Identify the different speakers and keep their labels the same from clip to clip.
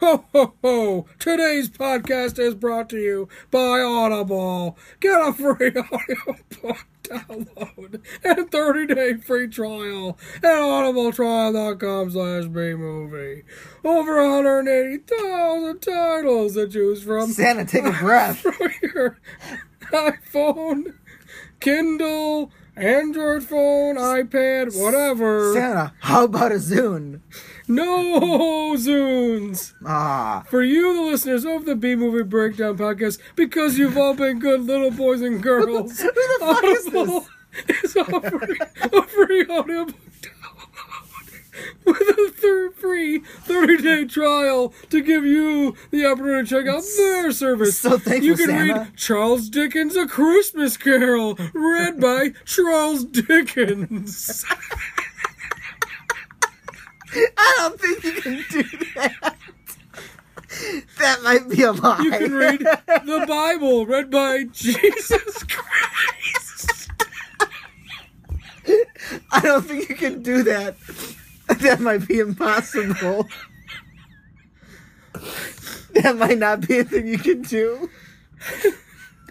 Speaker 1: Ho, ho, ho! Today's podcast is brought to you by Audible. Get a free audiobook download and 30-day free trial at audibletrial.com slash bmovie. Over 180,000 titles to choose from
Speaker 2: Santa, take a breath.
Speaker 1: from your iPhone, Kindle, Android phone, iPad, whatever.
Speaker 2: Santa, how about a Zune?
Speaker 1: No Zunes!
Speaker 2: Ah,
Speaker 1: For you, the listeners of the B Movie Breakdown Podcast, because you've all been good little boys and girls.
Speaker 2: who the fuck is
Speaker 1: Audible is
Speaker 2: this?
Speaker 1: offering a free audiobook download with a third free 30-day trial to give you the opportunity to check out their service.
Speaker 2: So thankful,
Speaker 1: you can
Speaker 2: Santa.
Speaker 1: read Charles Dickens' A Christmas Carol, read by Charles Dickens.
Speaker 2: I don't think you can do that. That might be a lie.
Speaker 1: You can read the Bible, read by Jesus Christ.
Speaker 2: I don't think you can do that. That might be impossible. that might not be a thing you can do.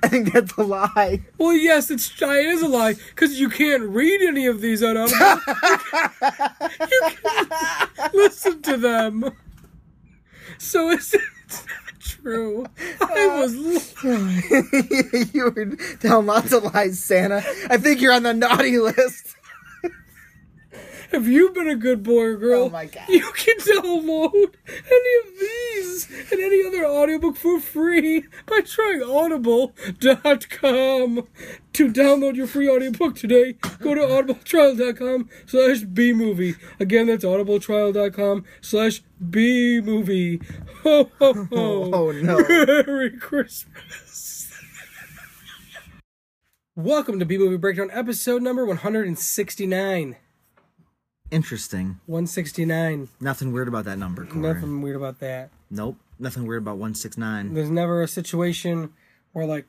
Speaker 2: I think that's a lie.
Speaker 1: Well, yes, it's it is a lie because you can't read any of these on Audible. you can listen to them. So it's, it's not true. I was
Speaker 2: you were telling lots of lies, Santa. I think you're on the naughty list.
Speaker 1: If you've been a good boy or girl,
Speaker 2: Oh my God.
Speaker 1: you can download any of these and any other audiobook for free by trying audible.com. To download your free audiobook today, go to audibletrial.com slash bmovie. Again, that's audibletrial.com slash bmovie. Ho, ho, ho.
Speaker 2: Oh, no.
Speaker 1: Merry Christmas. Welcome to B-Movie Breakdown, episode number 169.
Speaker 2: Interesting.
Speaker 1: 169.
Speaker 2: Nothing weird about that number, Corey.
Speaker 1: Nothing weird about that.
Speaker 2: Nope. Nothing weird about 169.
Speaker 1: There's never a situation where like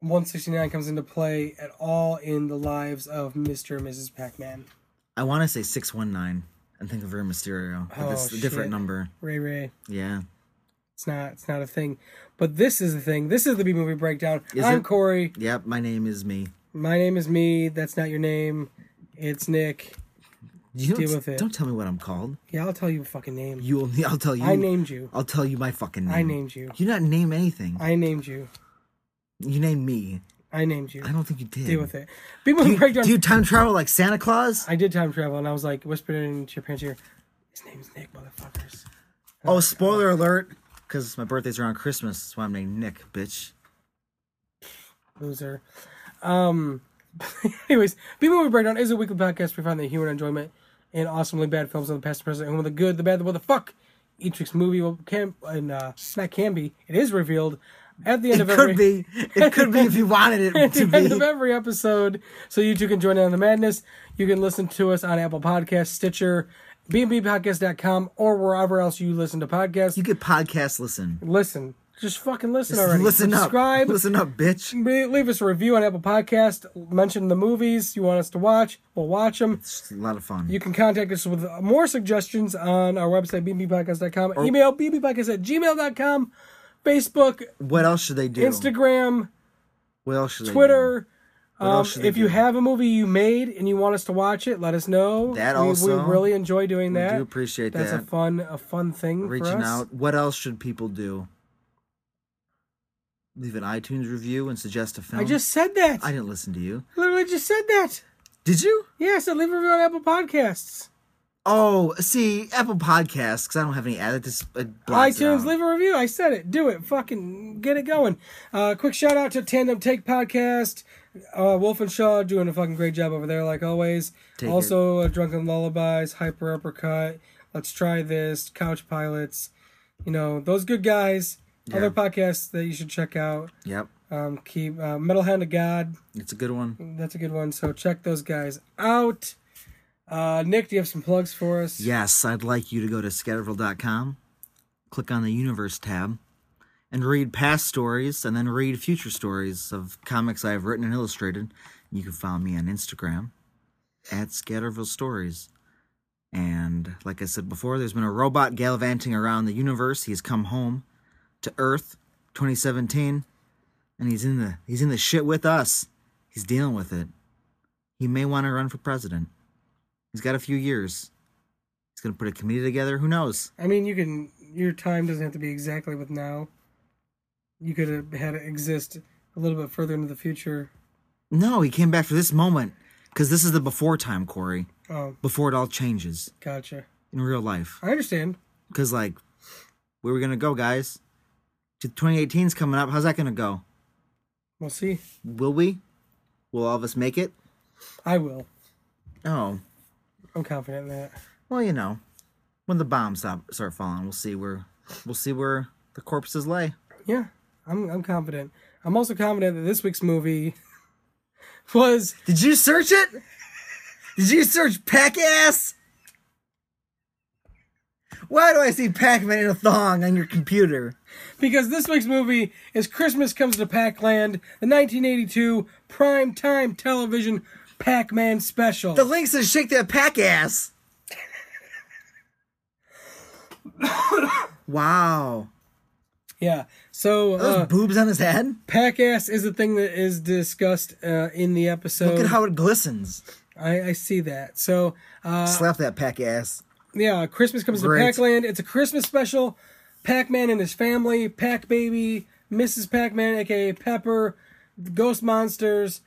Speaker 1: 169 comes into play at all in the lives of Mr. and Mrs. Pac-Man.
Speaker 2: I want to say 619 and think of Rey Mysterio. But
Speaker 1: Oh,
Speaker 2: that's a different
Speaker 1: shit.
Speaker 2: number.
Speaker 1: Ray Ray.
Speaker 2: Yeah.
Speaker 1: It's not it's not a thing. But this is the thing. This is the B movie breakdown.
Speaker 2: Is
Speaker 1: I'm
Speaker 2: it?
Speaker 1: Corey.
Speaker 2: Yep, my name is me.
Speaker 1: My name is me. That's not your name. It's Nick.
Speaker 2: You
Speaker 1: Deal
Speaker 2: don't,
Speaker 1: with it.
Speaker 2: don't tell me what I'm called.
Speaker 1: Yeah, I'll tell you your fucking name.
Speaker 2: You will I'll tell you.
Speaker 1: I named you.
Speaker 2: I'll tell you my fucking name.
Speaker 1: I named you.
Speaker 2: You not name anything.
Speaker 1: I named you.
Speaker 2: you named me.
Speaker 1: I named you.
Speaker 2: I don't think you did.
Speaker 1: Deal with it. B movie breakdown.
Speaker 2: Do you time travel like Santa Claus?
Speaker 1: I did time travel and I was like whispering into your parents' ear, his name's Nick, motherfuckers.
Speaker 2: Oh, spoiler alert. Because my birthday's around Christmas. That's why I'm named Nick, bitch.
Speaker 1: loser. Um, anyways, B Movie Breakdown is a weekly podcast where we find the humor and enjoyment in awesomely bad films of the past and present, and with the good, the bad, the what the fuck. Each week's movie will can and uh, not can be. It is revealed at the end
Speaker 2: It
Speaker 1: of every
Speaker 2: could be. It could be if you wanted it
Speaker 1: at
Speaker 2: to
Speaker 1: the end of
Speaker 2: be.
Speaker 1: every episode, so you two can join in on the madness. You can listen to us on Apple Podcasts, Stitcher, bnbpodcast.com, or wherever else you listen to podcasts.
Speaker 2: You could podcast listen.
Speaker 1: listen, just fucking listen already.
Speaker 2: Listen up.
Speaker 1: Subscribe.
Speaker 2: Listen up, bitch.
Speaker 1: Be- leave us a review on Apple Podcast. Mention the movies you want us to watch. We'll watch them.
Speaker 2: It's a lot of fun.
Speaker 1: You can contact us with more suggestions on our website, bbpodcast.com, email bbpodcast at gmail.com, Facebook,
Speaker 2: what else should they do?
Speaker 1: Instagram,
Speaker 2: what else should they
Speaker 1: Twitter.
Speaker 2: do? What
Speaker 1: Um,
Speaker 2: else should they
Speaker 1: if you
Speaker 2: do?
Speaker 1: have a movie you made and you want us to watch it, let us know.
Speaker 2: That
Speaker 1: we,
Speaker 2: also.
Speaker 1: we really enjoy doing
Speaker 2: I
Speaker 1: that.
Speaker 2: do appreciate
Speaker 1: That's
Speaker 2: that.
Speaker 1: a fun, a fun thing. for
Speaker 2: Reaching
Speaker 1: us.
Speaker 2: out. What else should people do? Leave an iTunes review and suggest a film.
Speaker 1: I just said that.
Speaker 2: I
Speaker 1: I
Speaker 2: didn't listen to you.
Speaker 1: literally just said that.
Speaker 2: Did you?
Speaker 1: Yeah, so leave a review on Apple Podcasts.
Speaker 2: Oh, see, Apple Podcasts, because I don't have any ad. It just it blocks it
Speaker 1: iTunes,
Speaker 2: out.
Speaker 1: leave a review. I said it. Do it. Fucking get it going. Uh, quick shout out to Tandem Take Podcast. Uh, Wolf and Shaw doing a fucking great job over there, like always.
Speaker 2: Take
Speaker 1: also, uh, Drunken Lullabies, Hyper Uppercut. Let's try this. Couch Pilots. You know those good guys. Other podcasts that you should check out.
Speaker 2: Yep,
Speaker 1: Um, keep uh, Metal Hand of God.
Speaker 2: it's a good one.
Speaker 1: That's a good one. So check those guys out. Uh, Nick, do you have some plugs for us?
Speaker 2: Yes, I'd like you to go to scatterville.com, click on the Universe tab, and read past stories and then read future stories of comics I have written and illustrated. You can follow me on Instagram at Scatterville Stories. And like I said before, there's been a robot gallivanting around the universe. He's come home to Earth 2017 and he's in the he's in the shit with us. He's dealing with it. He may want to run for president. He's got a few years. He's going to put a committee together, who knows.
Speaker 1: I mean, you can. Your time doesn't have to be exactly with now. You could have had it exist a little bit further into the future.
Speaker 2: No, he came back for this moment cuz this is the before time, Corey,
Speaker 1: Oh,
Speaker 2: before it all changes
Speaker 1: gotcha.
Speaker 2: in real life.
Speaker 1: I understand.
Speaker 2: Because, like, where we going to go, guys? 2018's coming up. How's that going to go?
Speaker 1: We'll see.
Speaker 2: Will we? Will all of us make it?
Speaker 1: I will.
Speaker 2: Oh,
Speaker 1: I'm confident in that.
Speaker 2: well, you know, when the bombs stop, start falling, we'll see where we'll see where the corpses lay.
Speaker 1: Yeah, I'm. I'm confident. I'm also confident that this week's movie was
Speaker 2: Did you search it? Did you search pack ass? Why do I see Pac-Man in a thong on your computer?
Speaker 1: because this week's movie is Christmas Comes to Packland, the 1982 primetime television Pac-Man special.
Speaker 2: The link says shake that pack ass. wow.
Speaker 1: yeah. So
Speaker 2: Those
Speaker 1: uh,
Speaker 2: boobs on his head?
Speaker 1: pack ass is the thing that is discussed uh, in the episode.
Speaker 2: Look at how it glistens.
Speaker 1: I, I see that. So uh,
Speaker 2: Slap that pack ass.
Speaker 1: yeah, Christmas comes
Speaker 2: Great.
Speaker 1: to Pac-Land. It's a Christmas special. Pac-Man and his family, Pac-Baby, Mrs. Pac-Man, aka Pepper, the Ghost Monsters,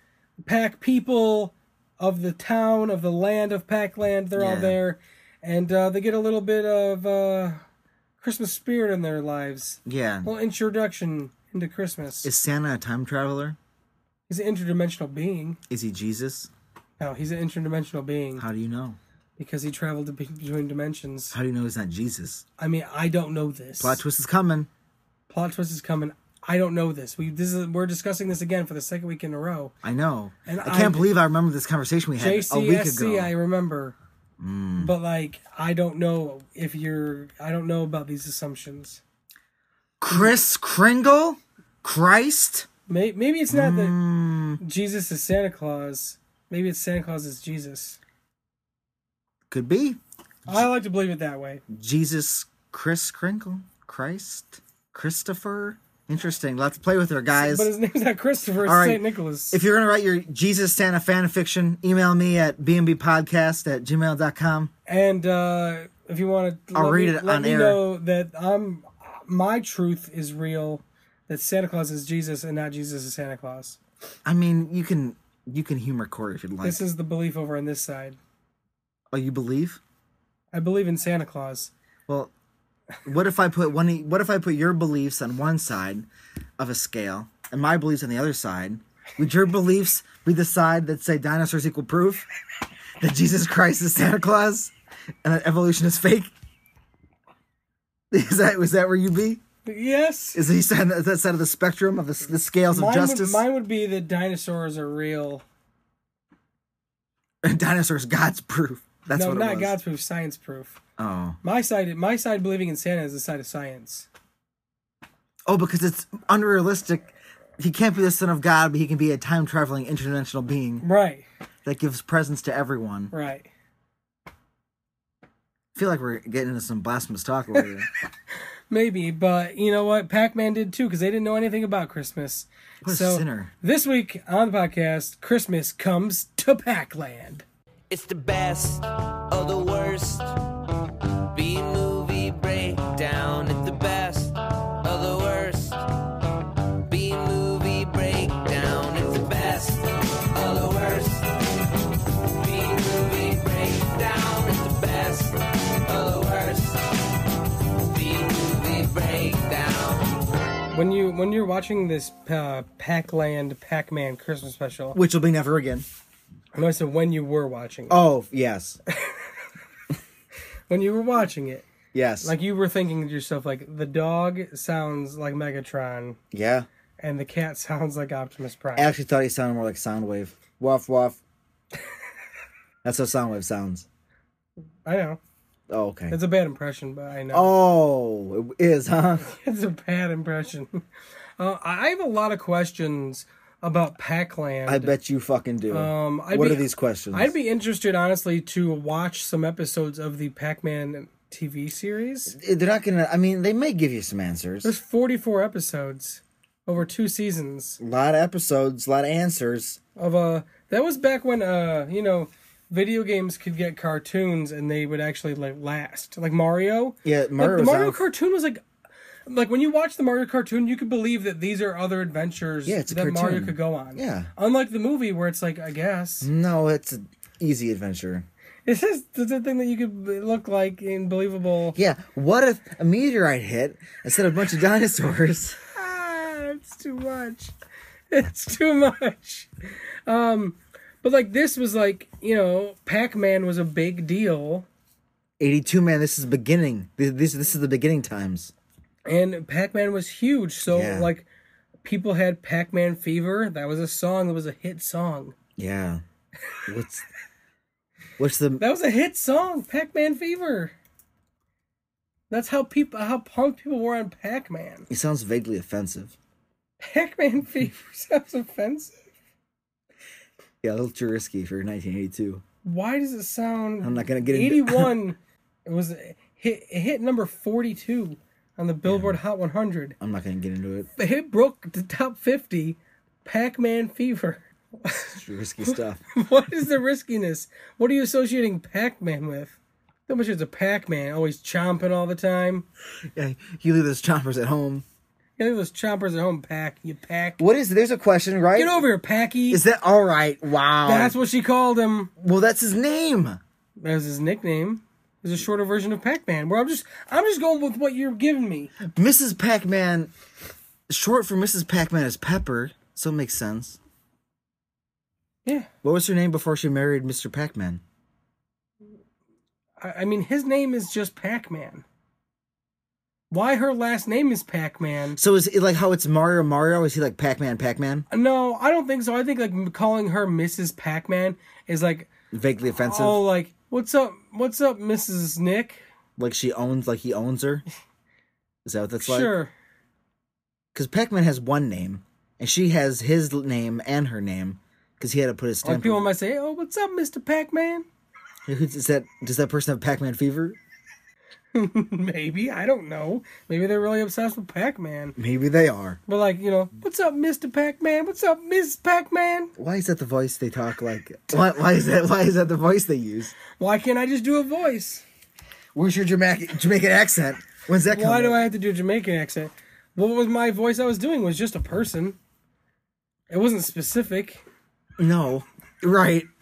Speaker 1: Pac-People of the town of the land of Pac-Land. They're all
Speaker 2: Yeah.
Speaker 1: there, and uh, they get a little bit of uh, Christmas spirit in their lives.
Speaker 2: Yeah.
Speaker 1: A little introduction into Christmas.
Speaker 2: Is Santa a time traveler?
Speaker 1: He's an interdimensional being.
Speaker 2: Is he Jesus?
Speaker 1: No, he's an interdimensional being
Speaker 2: How do you know?
Speaker 1: because he traveled to be- between dimensions.
Speaker 2: How do you know he's not Jesus?
Speaker 1: I mean, I don't know this.
Speaker 2: Plot twist is coming.
Speaker 1: plot twist is coming. I don't know this. We this is we're discussing this again for the second week in a row.
Speaker 2: I know.
Speaker 1: And
Speaker 2: I can't
Speaker 1: I'm-
Speaker 2: believe I remember this conversation we had a week
Speaker 1: JCSC,
Speaker 2: ago. Mm.
Speaker 1: I remember, but like I don't know if you're. I don't know about these assumptions.
Speaker 2: Chris Kringle? Christ?
Speaker 1: May, maybe it's not
Speaker 2: Mm.
Speaker 1: that Jesus is Santa Claus. Maybe it's Santa Claus is Jesus.
Speaker 2: Could be.
Speaker 1: I like to believe it that way.
Speaker 2: Jesus Chris Kringle. Christ? Christopher? Interesting. Lots to play with there, guys.
Speaker 1: But his name's not Christopher. It's
Speaker 2: All right.
Speaker 1: Saint Nicholas.
Speaker 2: If you're going to write your Jesus Santa fan fiction, email me at bmbpodcast at gmail.com.
Speaker 1: and uh, if you want to,
Speaker 2: I'll read
Speaker 1: me,
Speaker 2: it
Speaker 1: let
Speaker 2: on
Speaker 1: me
Speaker 2: air.
Speaker 1: know that I'm my truth is real. That Santa Claus is Jesus and not Jesus is Santa Claus.
Speaker 2: I mean, you can you can humor Corey if you'd like.
Speaker 1: This is the belief over on this side.
Speaker 2: oh, you believe?
Speaker 1: I believe in Santa Claus.
Speaker 2: Well, what if I put one? of- What if I put your beliefs on one side of a scale and my beliefs on the other side? Would your beliefs be the side that say dinosaurs equal proof, that Jesus Christ is Santa Claus, and that evolution is fake? Is that was that where you'd be?
Speaker 1: Yes.
Speaker 2: Is he side- is that side of the spectrum of the, the scales of
Speaker 1: Mine would,
Speaker 2: justice?
Speaker 1: mine would be that dinosaurs are real.
Speaker 2: dinosaurs, God's proof. That's
Speaker 1: no,
Speaker 2: what it
Speaker 1: not
Speaker 2: was.
Speaker 1: God's proof, science proof.
Speaker 2: Oh,
Speaker 1: My side, my side believing in Santa is the side of science.
Speaker 2: oh, because it's unrealistic. He can't be the son of God, but he can be a time traveling interdimensional being.
Speaker 1: Right.
Speaker 2: that gives presents to everyone.
Speaker 1: Right.
Speaker 2: I feel like we're getting into some blasphemous talk over here.
Speaker 1: Maybe, but you know what? Pac-Man did too because they didn't know anything about Christmas.
Speaker 2: What a
Speaker 1: so
Speaker 2: sinner.
Speaker 1: this week on the podcast, Christmas comes to Pac-Land.
Speaker 3: It's the best of the worst. B movie breakdown. It's the best of the worst. B movie breakdown. It's the best of the worst. B movie breakdown. It's the best of the worst. B movie breakdown.
Speaker 1: When you when you're watching this uh, Pac-Land Pac-Man Christmas special,
Speaker 2: Which will be never again.
Speaker 1: I know I said when you were watching it.
Speaker 2: Oh, yes.
Speaker 1: When you were watching it,
Speaker 2: Yes.
Speaker 1: Like you were thinking to yourself, like the dog sounds like Megatron
Speaker 2: yeah.
Speaker 1: and the cat sounds like Optimus Prime.
Speaker 2: I actually thought he sounded more like Soundwave. Woof, woof. That's how Soundwave sounds.
Speaker 1: I know
Speaker 2: Oh, okay.
Speaker 1: it's a bad impression, but I know
Speaker 2: Oh, it is, huh?
Speaker 1: it's a bad impression. Uh, I I have a lot of questions about Packland.
Speaker 2: I bet you fucking do.
Speaker 1: Um, I'd
Speaker 2: what
Speaker 1: be-
Speaker 2: are these questions?
Speaker 1: I'd be interested, honestly, to watch some episodes of the Pac-Man TV series.
Speaker 2: Eh, They're not gonna. I mean, they may give you some answers.
Speaker 1: There's 44 episodes over two seasons
Speaker 2: a lot of episodes, a lot of answers.
Speaker 1: of uh That was back when uh you know video games could get cartoons and they would actually like last, like Mario.
Speaker 2: Yeah, Mario.
Speaker 1: like, the
Speaker 2: was
Speaker 1: Mario
Speaker 2: out-
Speaker 1: cartoon was like, like when you watch the Mario cartoon, you could believe that these are other adventures
Speaker 2: Yeah, it's a
Speaker 1: that Mario
Speaker 2: cartoon.
Speaker 1: could go on.
Speaker 2: Yeah. Mm.
Speaker 1: Unlike the movie where it's like, I guess
Speaker 2: No, it's an easy adventure.
Speaker 1: it's just it's a thing that you could b- look like in believable.
Speaker 2: Yeah. What if a meteorite hit instead of a bunch of dinosaurs?
Speaker 1: Ah, it's too much. It's too much. Um, but like this was like you know, Pac Man was a big deal,
Speaker 2: Eighty-two, man. This is beginning. Th- This this is the beginning times.
Speaker 1: and Pac Man was huge. So
Speaker 2: Yeah.
Speaker 1: like, people had Pac Man fever. That was a song. That was a hit song.
Speaker 2: Yeah. What's what's the
Speaker 1: That was a hit song, Pac Man fever. That's how people how pumped people were on Pac Man.
Speaker 2: it sounds vaguely offensive.
Speaker 1: Pac Man fever sounds offensive.
Speaker 2: Yeah, a little too risky for 1982.
Speaker 1: Why does it sound?
Speaker 2: I'm not gonna get into-
Speaker 1: 81. it was it hit it hit number 42 on the Billboard Hot 100.
Speaker 2: I'm not gonna get into it.
Speaker 1: But it broke the top 50. Pac-Man fever.
Speaker 2: It's risky stuff.
Speaker 1: what is the riskiness? What are you associating Pac-Man with? So much as a Pac-Man, always chomping all the time.
Speaker 2: Yeah, you leave those chompers at home.
Speaker 1: You know those chompers at home, Pac. You Pac.
Speaker 2: What is there's a question, right?
Speaker 1: Get over here, Packy.
Speaker 2: Is that all right? Wow.
Speaker 1: That's what she called him.
Speaker 2: well, that's his name.
Speaker 1: That was his nickname. It was a shorter version of Pac-Man. Where I'm just, I'm just going with what you're giving me.
Speaker 2: Mrs. Pac-Man, short for Mrs. Pac-Man is Pepper, so it makes sense.
Speaker 1: Yeah.
Speaker 2: What was her name before she married Mr. Pac-Man?
Speaker 1: I, I mean, his name is just Pac-Man. Why her last name is Pac-Man?
Speaker 2: So is it like how it's Mario Mario? Is he like Pac-Man Pac-Man?
Speaker 1: No, I don't think so. I think like calling her Mrs. Pac-Man is like,
Speaker 2: Vaguely offensive.
Speaker 1: oh, like what's up, what's up, Mrs. Nick?
Speaker 2: Like she owns, like he owns her. Is that what that's like?
Speaker 1: sure.
Speaker 2: Because Pac-Man has one name, and she has his l- name and her name, because he had to put his
Speaker 1: Like
Speaker 2: stamp.
Speaker 1: people
Speaker 2: on
Speaker 1: might say, oh, what's up, Mr. Pac-Man?
Speaker 2: it. Is that does that person have Pac-Man fever?
Speaker 1: Maybe I don't know. Maybe they're really obsessed with Pac-Man.
Speaker 2: Maybe they are.
Speaker 1: But like you know, what's up, Mr. Pac-Man? What's up, Mrs. Pac-Man?
Speaker 2: Why is that the voice they talk like? Why, why is that? Why is that the voice they use?
Speaker 1: Why can't I just do a voice?
Speaker 2: Where's your Jamaican, Jamaican accent? When's that coming?
Speaker 1: Why do I have to do a Jamaican accent? What was my voice I was doing was just a person. It wasn't specific.
Speaker 2: No, right,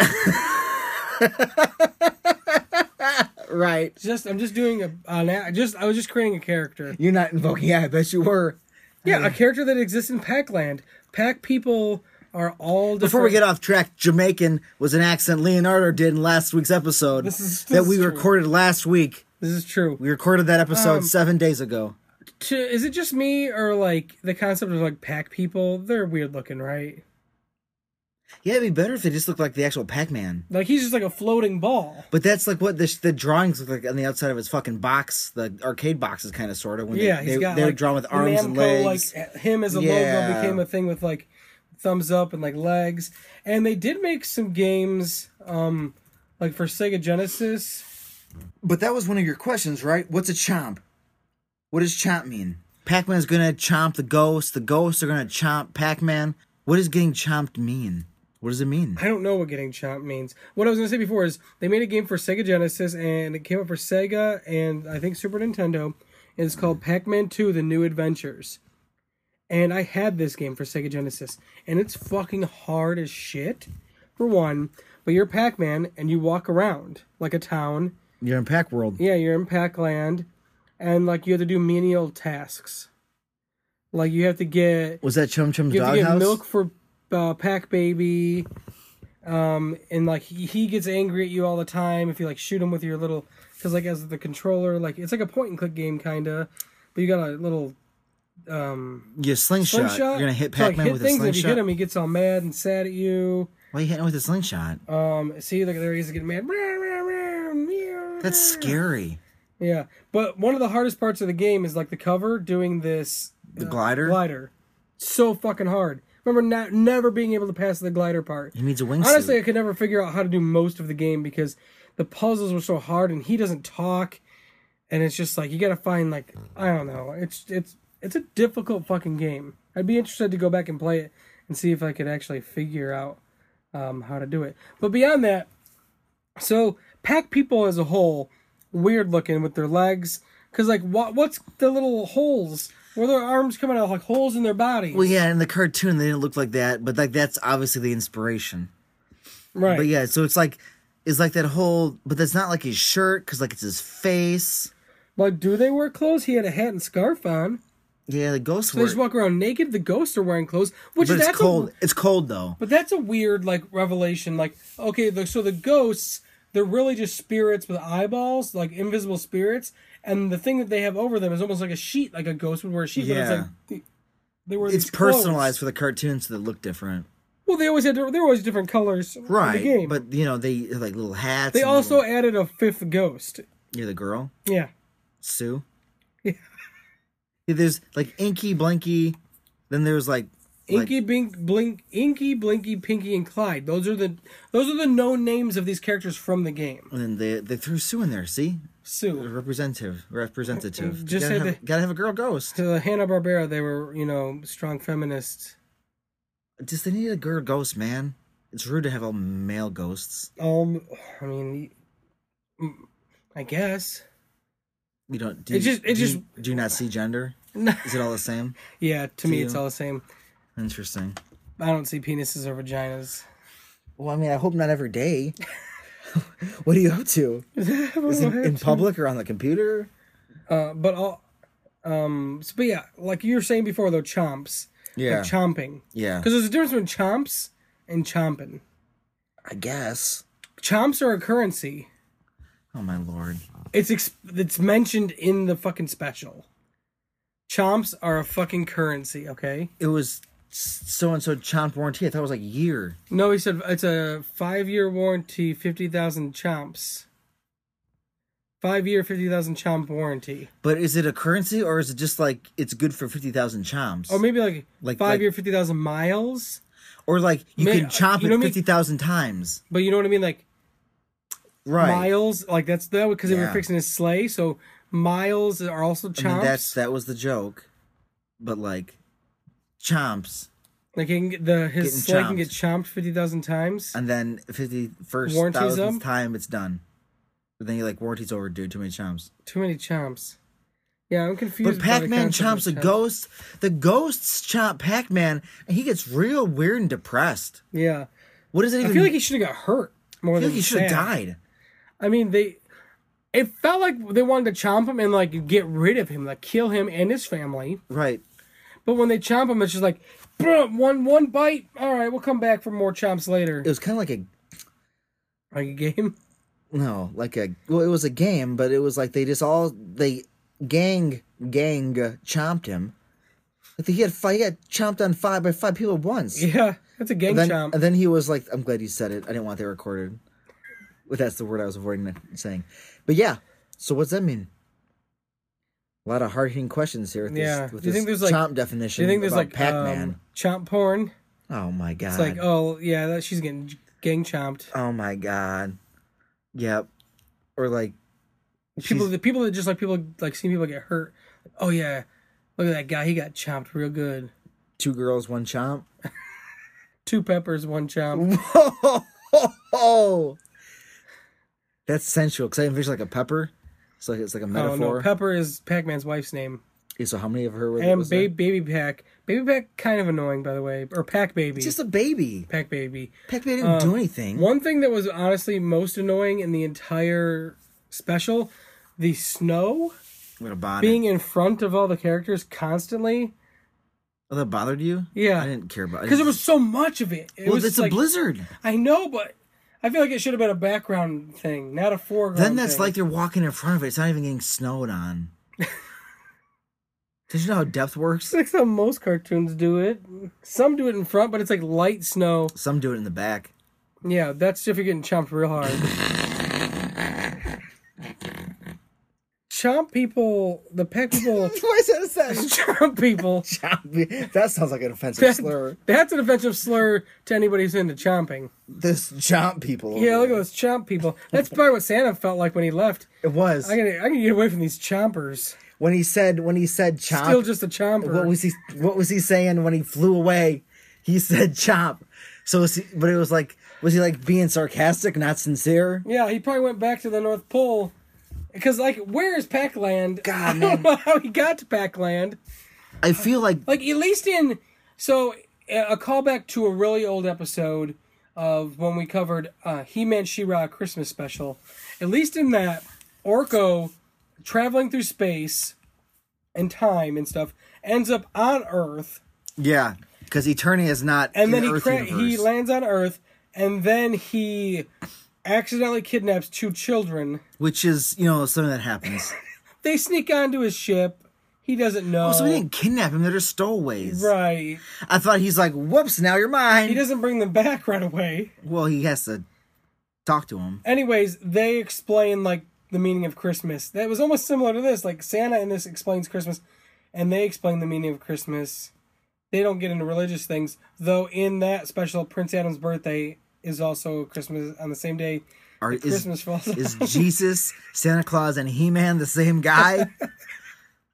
Speaker 2: right.
Speaker 1: Just I'm just doing a an, a- just I was just creating a character.
Speaker 2: You're not invoking. Yeah, I bet you were.
Speaker 1: Yeah, a character that exists in Packland. Pack people are all different.
Speaker 2: Before we get off track, Jamaican was an accent Leonardo did in last week's episode
Speaker 1: This is-
Speaker 2: that
Speaker 1: this
Speaker 2: we
Speaker 1: is true. Um,
Speaker 2: recorded last week.
Speaker 1: this is true.
Speaker 2: We recorded that episode seven days ago.
Speaker 1: To, is it just me or like the concept of like pack people? They're weird looking, right?
Speaker 2: Yeah, it'd be better if they just looked like the actual Pac-Man.
Speaker 1: Like he's just like a floating ball.
Speaker 2: But that's like what the, sh- the drawings look like on the outside of his fucking box. The arcade box is kind of sort of when
Speaker 1: Yeah,
Speaker 2: they,
Speaker 1: he's
Speaker 2: they,
Speaker 1: got
Speaker 2: they're
Speaker 1: like
Speaker 2: drawn with
Speaker 1: the
Speaker 2: arms and
Speaker 1: Namco,
Speaker 2: legs.
Speaker 1: Like him as a
Speaker 2: Yeah.
Speaker 1: logo became a thing with like thumbs up and like legs. And they did make some games, um, like for Sega Genesis.
Speaker 2: But that was one of your questions, right? What's a chomp? What does chomp mean? Pac-Man's gonna chomp the ghost. The ghosts are gonna chomp Pac-Man. What does getting chomped mean? What does it mean?
Speaker 1: I don't know what getting chomped means. What I was gonna say before is they made a game for Sega Genesis and it came out for Sega and I think Super Nintendo. And it's called Pac-Man 2: The New Adventures. And I had this game for Sega Genesis, and it's fucking hard as shit. For one, but you're Pac-Man and you walk around like a town
Speaker 2: You're in Pac World.
Speaker 1: Yeah, you're in pack land, and like you have to do menial tasks. Like you have to get
Speaker 2: Was that Chum Chum's
Speaker 1: you have to get
Speaker 2: doghouse?
Speaker 1: milk for uh, pack baby, um, and like he, he gets angry at you all the time if you like shoot him with your little because like as the controller like it's like a point and click game kinda, but you got a little um
Speaker 2: Your slingshot.
Speaker 1: slingshot.
Speaker 2: You're gonna hit
Speaker 1: So, like,
Speaker 2: Pac-Man
Speaker 1: hit
Speaker 2: with a
Speaker 1: things, and
Speaker 2: slingshot.
Speaker 1: If you hit him, he gets all mad and sad at you.
Speaker 2: Why are you hitting him with a slingshot?
Speaker 1: Um, see, look, there he is getting mad.
Speaker 2: That's scary.
Speaker 1: Yeah, but one of the hardest parts of the game is like the cover doing this
Speaker 2: The glider.
Speaker 1: glider. So fucking hard. Remember not never being able to pass the glider part.
Speaker 2: He needs a wingsuit.
Speaker 1: Honestly, I could never figure out how to do most of the game because the puzzles were so hard, and he doesn't talk, and it's just like you got to find like I don't know. It's it's it's a difficult fucking game. I'd be interested to go back and play it and see if I could actually figure out um, how to do it. But beyond that, so pack people as a whole, weird looking with their legs, because like what what's the little holes? Where their arms coming out like holes in their body?
Speaker 2: well, yeah, in the cartoon they didn't look like that, but like that's obviously the inspiration.
Speaker 1: right.
Speaker 2: But yeah, so it's like it's like that whole, but that's not like his shirt because like it's his face.
Speaker 1: But do they wear clothes? He had a hat and scarf on.
Speaker 2: Yeah, the ghost.
Speaker 1: They
Speaker 2: work.
Speaker 1: just walk around naked. The ghosts are wearing clothes, which
Speaker 2: but
Speaker 1: is
Speaker 2: it's
Speaker 1: that's
Speaker 2: cold.
Speaker 1: A,
Speaker 2: It's cold though.
Speaker 1: but that's a weird like revelation. Like okay, the, so the ghosts they're really just spirits with eyeballs, like invisible spirits, and the thing that they have over them is almost like a sheet, like a ghost would wear a sheet. But
Speaker 2: Yeah.
Speaker 1: it's like they were.
Speaker 2: It's personalized for the cartoons so they look different.
Speaker 1: Well, they always had they were always different colors. for
Speaker 2: Right.
Speaker 1: The game. But
Speaker 2: But you know, they have, like little hats.
Speaker 1: they
Speaker 2: and
Speaker 1: also
Speaker 2: little,
Speaker 1: added a fifth ghost.
Speaker 2: You're the girl,
Speaker 1: Yeah.
Speaker 2: Sue.
Speaker 1: Yeah.
Speaker 2: Yeah, there's like Inky Blinky, then there's like like-
Speaker 1: Inky, Bink, Blink, Inky, Blinky, Pinky, and Clyde. Those are the those are the known names of these characters from the game.
Speaker 2: and then they they threw Sue in there, see?
Speaker 1: Sue,
Speaker 2: Representative. Representative.
Speaker 1: Just
Speaker 2: gotta,
Speaker 1: say
Speaker 2: have,
Speaker 1: they-
Speaker 2: gotta have a girl ghost.
Speaker 1: to Hanna Barbera, they were you know strong feminists.
Speaker 2: Just they need a girl ghost, man. It's rude to have all male ghosts.
Speaker 1: Um, I mean, mm, I guess.
Speaker 2: You don't do
Speaker 1: It
Speaker 2: you,
Speaker 1: just- it
Speaker 2: do
Speaker 1: just-
Speaker 2: you, do you not see gender? Is it all the same?
Speaker 1: yeah, to me,
Speaker 2: you.
Speaker 1: it's all the same.
Speaker 2: Interesting.
Speaker 1: I don't see penises or vaginas.
Speaker 2: Well, I mean, I hope not every day. what are you up to? Is it in public or on the computer?
Speaker 1: Uh, but all, um, so, but yeah, like you were saying before, though, chomps,
Speaker 2: Yeah.
Speaker 1: like chomping,
Speaker 2: yeah.
Speaker 1: because there's a difference between chomps and chomping.
Speaker 2: I guess.
Speaker 1: Chomps are a currency.
Speaker 2: Oh my lord.
Speaker 1: It's ex- it's mentioned in the fucking special. Chomps are a fucking currency, okay?
Speaker 2: It was so and so chomp warranty. I thought it was like year.
Speaker 1: No, he said it's a five year warranty, fifty thousand chomps. Five year, fifty thousand chomp warranty,
Speaker 2: But is it a currency or is it just like it's good for 50,000 chomps?
Speaker 1: or maybe like,
Speaker 2: Like-
Speaker 1: five
Speaker 2: like-
Speaker 1: year, fifty thousand miles.
Speaker 2: or like you
Speaker 1: May-
Speaker 2: can chomp
Speaker 1: you know
Speaker 2: it
Speaker 1: me-
Speaker 2: 50,000 times.
Speaker 1: But you know what I mean, like
Speaker 2: Right.
Speaker 1: miles, like that's that because they were
Speaker 2: Yeah.
Speaker 1: fixing his sleigh, so miles are also
Speaker 2: I
Speaker 1: chomps.
Speaker 2: mean, that's that was the joke. But like chomps
Speaker 1: like he can get the his sleigh
Speaker 2: Getting
Speaker 1: can
Speaker 2: chomped.
Speaker 1: get chomped fifty thousand times.
Speaker 2: and then 51st
Speaker 1: Warranties
Speaker 2: thousandth
Speaker 1: them?
Speaker 2: time it's done. But then you're like warranty's over, dude, too many chomps.
Speaker 1: Too many chomps. Yeah, I'm confused. by
Speaker 2: But
Speaker 1: the
Speaker 2: Pac-Man
Speaker 1: concept of
Speaker 2: chomps the
Speaker 1: chomps.
Speaker 2: ghost. The ghosts chomp Pac-Man, and he gets real weird and depressed.
Speaker 1: Yeah.
Speaker 2: What does it
Speaker 1: I
Speaker 2: even?
Speaker 1: feel like he should have got hurt more
Speaker 2: I feel
Speaker 1: than
Speaker 2: like he should have
Speaker 1: sad.
Speaker 2: died.
Speaker 1: I mean, they. It felt like they wanted to chomp him and like get rid of him, like kill him and his family.
Speaker 2: Right.
Speaker 1: But when they chomp him, it's just like, "Bruh, one one bite. All right, we'll come back for more chomps later.
Speaker 2: It was kind of like a
Speaker 1: Like a game.
Speaker 2: no, like a well, it was a game, but it was like they just all they gang gang chomped him. Like he had five, he got chomped on five by five people at once.
Speaker 1: Yeah, that's a gang
Speaker 2: And then,
Speaker 1: chomp.
Speaker 2: and then he was like, "I'm glad you said it. I didn't want that recorded." But that's the word I was avoiding saying. But yeah. So what's that mean? A lot of hard hitting questions here. With
Speaker 1: Yeah.
Speaker 2: This, with
Speaker 1: Do you think
Speaker 2: this
Speaker 1: there's, like-
Speaker 2: chomp definition?
Speaker 1: Do you think there's
Speaker 2: about
Speaker 1: like
Speaker 2: Pac-Man?
Speaker 1: um, chomp porn?
Speaker 2: oh my god.
Speaker 1: It's like, oh yeah, that, she's getting gang chomped.
Speaker 2: Oh my god. Yep. Or like
Speaker 1: People, the people that just like people like seeing people get hurt. Oh yeah, look at that guy. He got chomped real good.
Speaker 2: two girls, one chomp.
Speaker 1: Two peppers, one chomp.
Speaker 2: Whoa! That's sensual because I envision like a pepper. It's like it's like a
Speaker 1: Oh
Speaker 2: metaphor.
Speaker 1: no, Pepper is Pac-Man's wife's name.
Speaker 2: Yeah, so how many of her were
Speaker 1: And
Speaker 2: was uh, there?
Speaker 1: ba- baby pack, baby pack, kind of annoying by the way, or pack baby,
Speaker 2: It's just Hmm? a baby.
Speaker 1: pack baby.
Speaker 2: Pac-Man didn't
Speaker 1: Um,
Speaker 2: do anything.
Speaker 1: One thing that was honestly most annoying in the entire special, the snow
Speaker 2: What a body.
Speaker 1: being in front of all the characters constantly.
Speaker 2: Oh, that bothered you?
Speaker 1: Yeah.
Speaker 2: I didn't care about it.
Speaker 1: Because there was so much of it. It
Speaker 2: Well,
Speaker 1: was
Speaker 2: it's
Speaker 1: like-
Speaker 2: a blizzard.
Speaker 1: I know, but I feel like it should have been a background thing, not a foreground.
Speaker 2: Then that's
Speaker 1: thing.
Speaker 2: like they're walking in front of it. It's not even getting snowed on. Did you know how depth works?
Speaker 1: It's like how most cartoons do it. Some do it in front, but it's like light snow.
Speaker 2: Some do it in the back.
Speaker 1: Yeah, that's if you're getting chomped real hard. chomp people, the pet people,
Speaker 2: Why is that?
Speaker 1: chomp people.
Speaker 2: Chomp. That sounds like an offensive
Speaker 1: That-
Speaker 2: slur.
Speaker 1: That's an offensive slur to anybody who's into chomping.
Speaker 2: This chomp people.
Speaker 1: Yeah, look at those chomp people. That's probably what Santa felt like when he left.
Speaker 2: It was
Speaker 1: I gotta, I gotta get away from these chompers.
Speaker 2: when he said when he said chomp.
Speaker 1: Still just a chomper.
Speaker 2: what was he What was he saying when he flew away? He said chomp. So, was he, but it was like, was he like being sarcastic, not sincere?
Speaker 1: Yeah, he probably went back to the North Pole. Because, like, where is Packland?
Speaker 2: God,
Speaker 1: I
Speaker 2: man.
Speaker 1: don't know how he got to Packland.
Speaker 2: I feel like
Speaker 1: Like, at least in. So, a a callback to a really old episode of when we covered uh, He Man She Ra Christmas special. At least in that, Orko traveling through space and time and stuff ends up on Earth.
Speaker 2: yeah, because Eternia is not.
Speaker 1: and
Speaker 2: in
Speaker 1: then he
Speaker 2: Earth
Speaker 1: cra-
Speaker 2: universe.
Speaker 1: he lands on Earth, and then he accidentally kidnaps two children.
Speaker 2: which is you know something that happens.
Speaker 1: They sneak onto his ship. He doesn't know.
Speaker 2: Oh, So we didn't kidnap him; they're just stowaways.
Speaker 1: right.
Speaker 2: I thought he's like, whoops, now you're mine.
Speaker 1: He doesn't bring them back right away.
Speaker 2: well, he has to talk to him.
Speaker 1: Anyways, they explain like the meaning of Christmas. That was almost similar to this. Like Santa in this explains Christmas, and they explain the meaning of Christmas. They don't get into religious things, though. In that special, Prince Adam's birthday is also Christmas on the same day.
Speaker 2: Or
Speaker 1: that
Speaker 2: is,
Speaker 1: Christmas falls.
Speaker 2: is Jesus, Santa Claus, and He Man the same guy?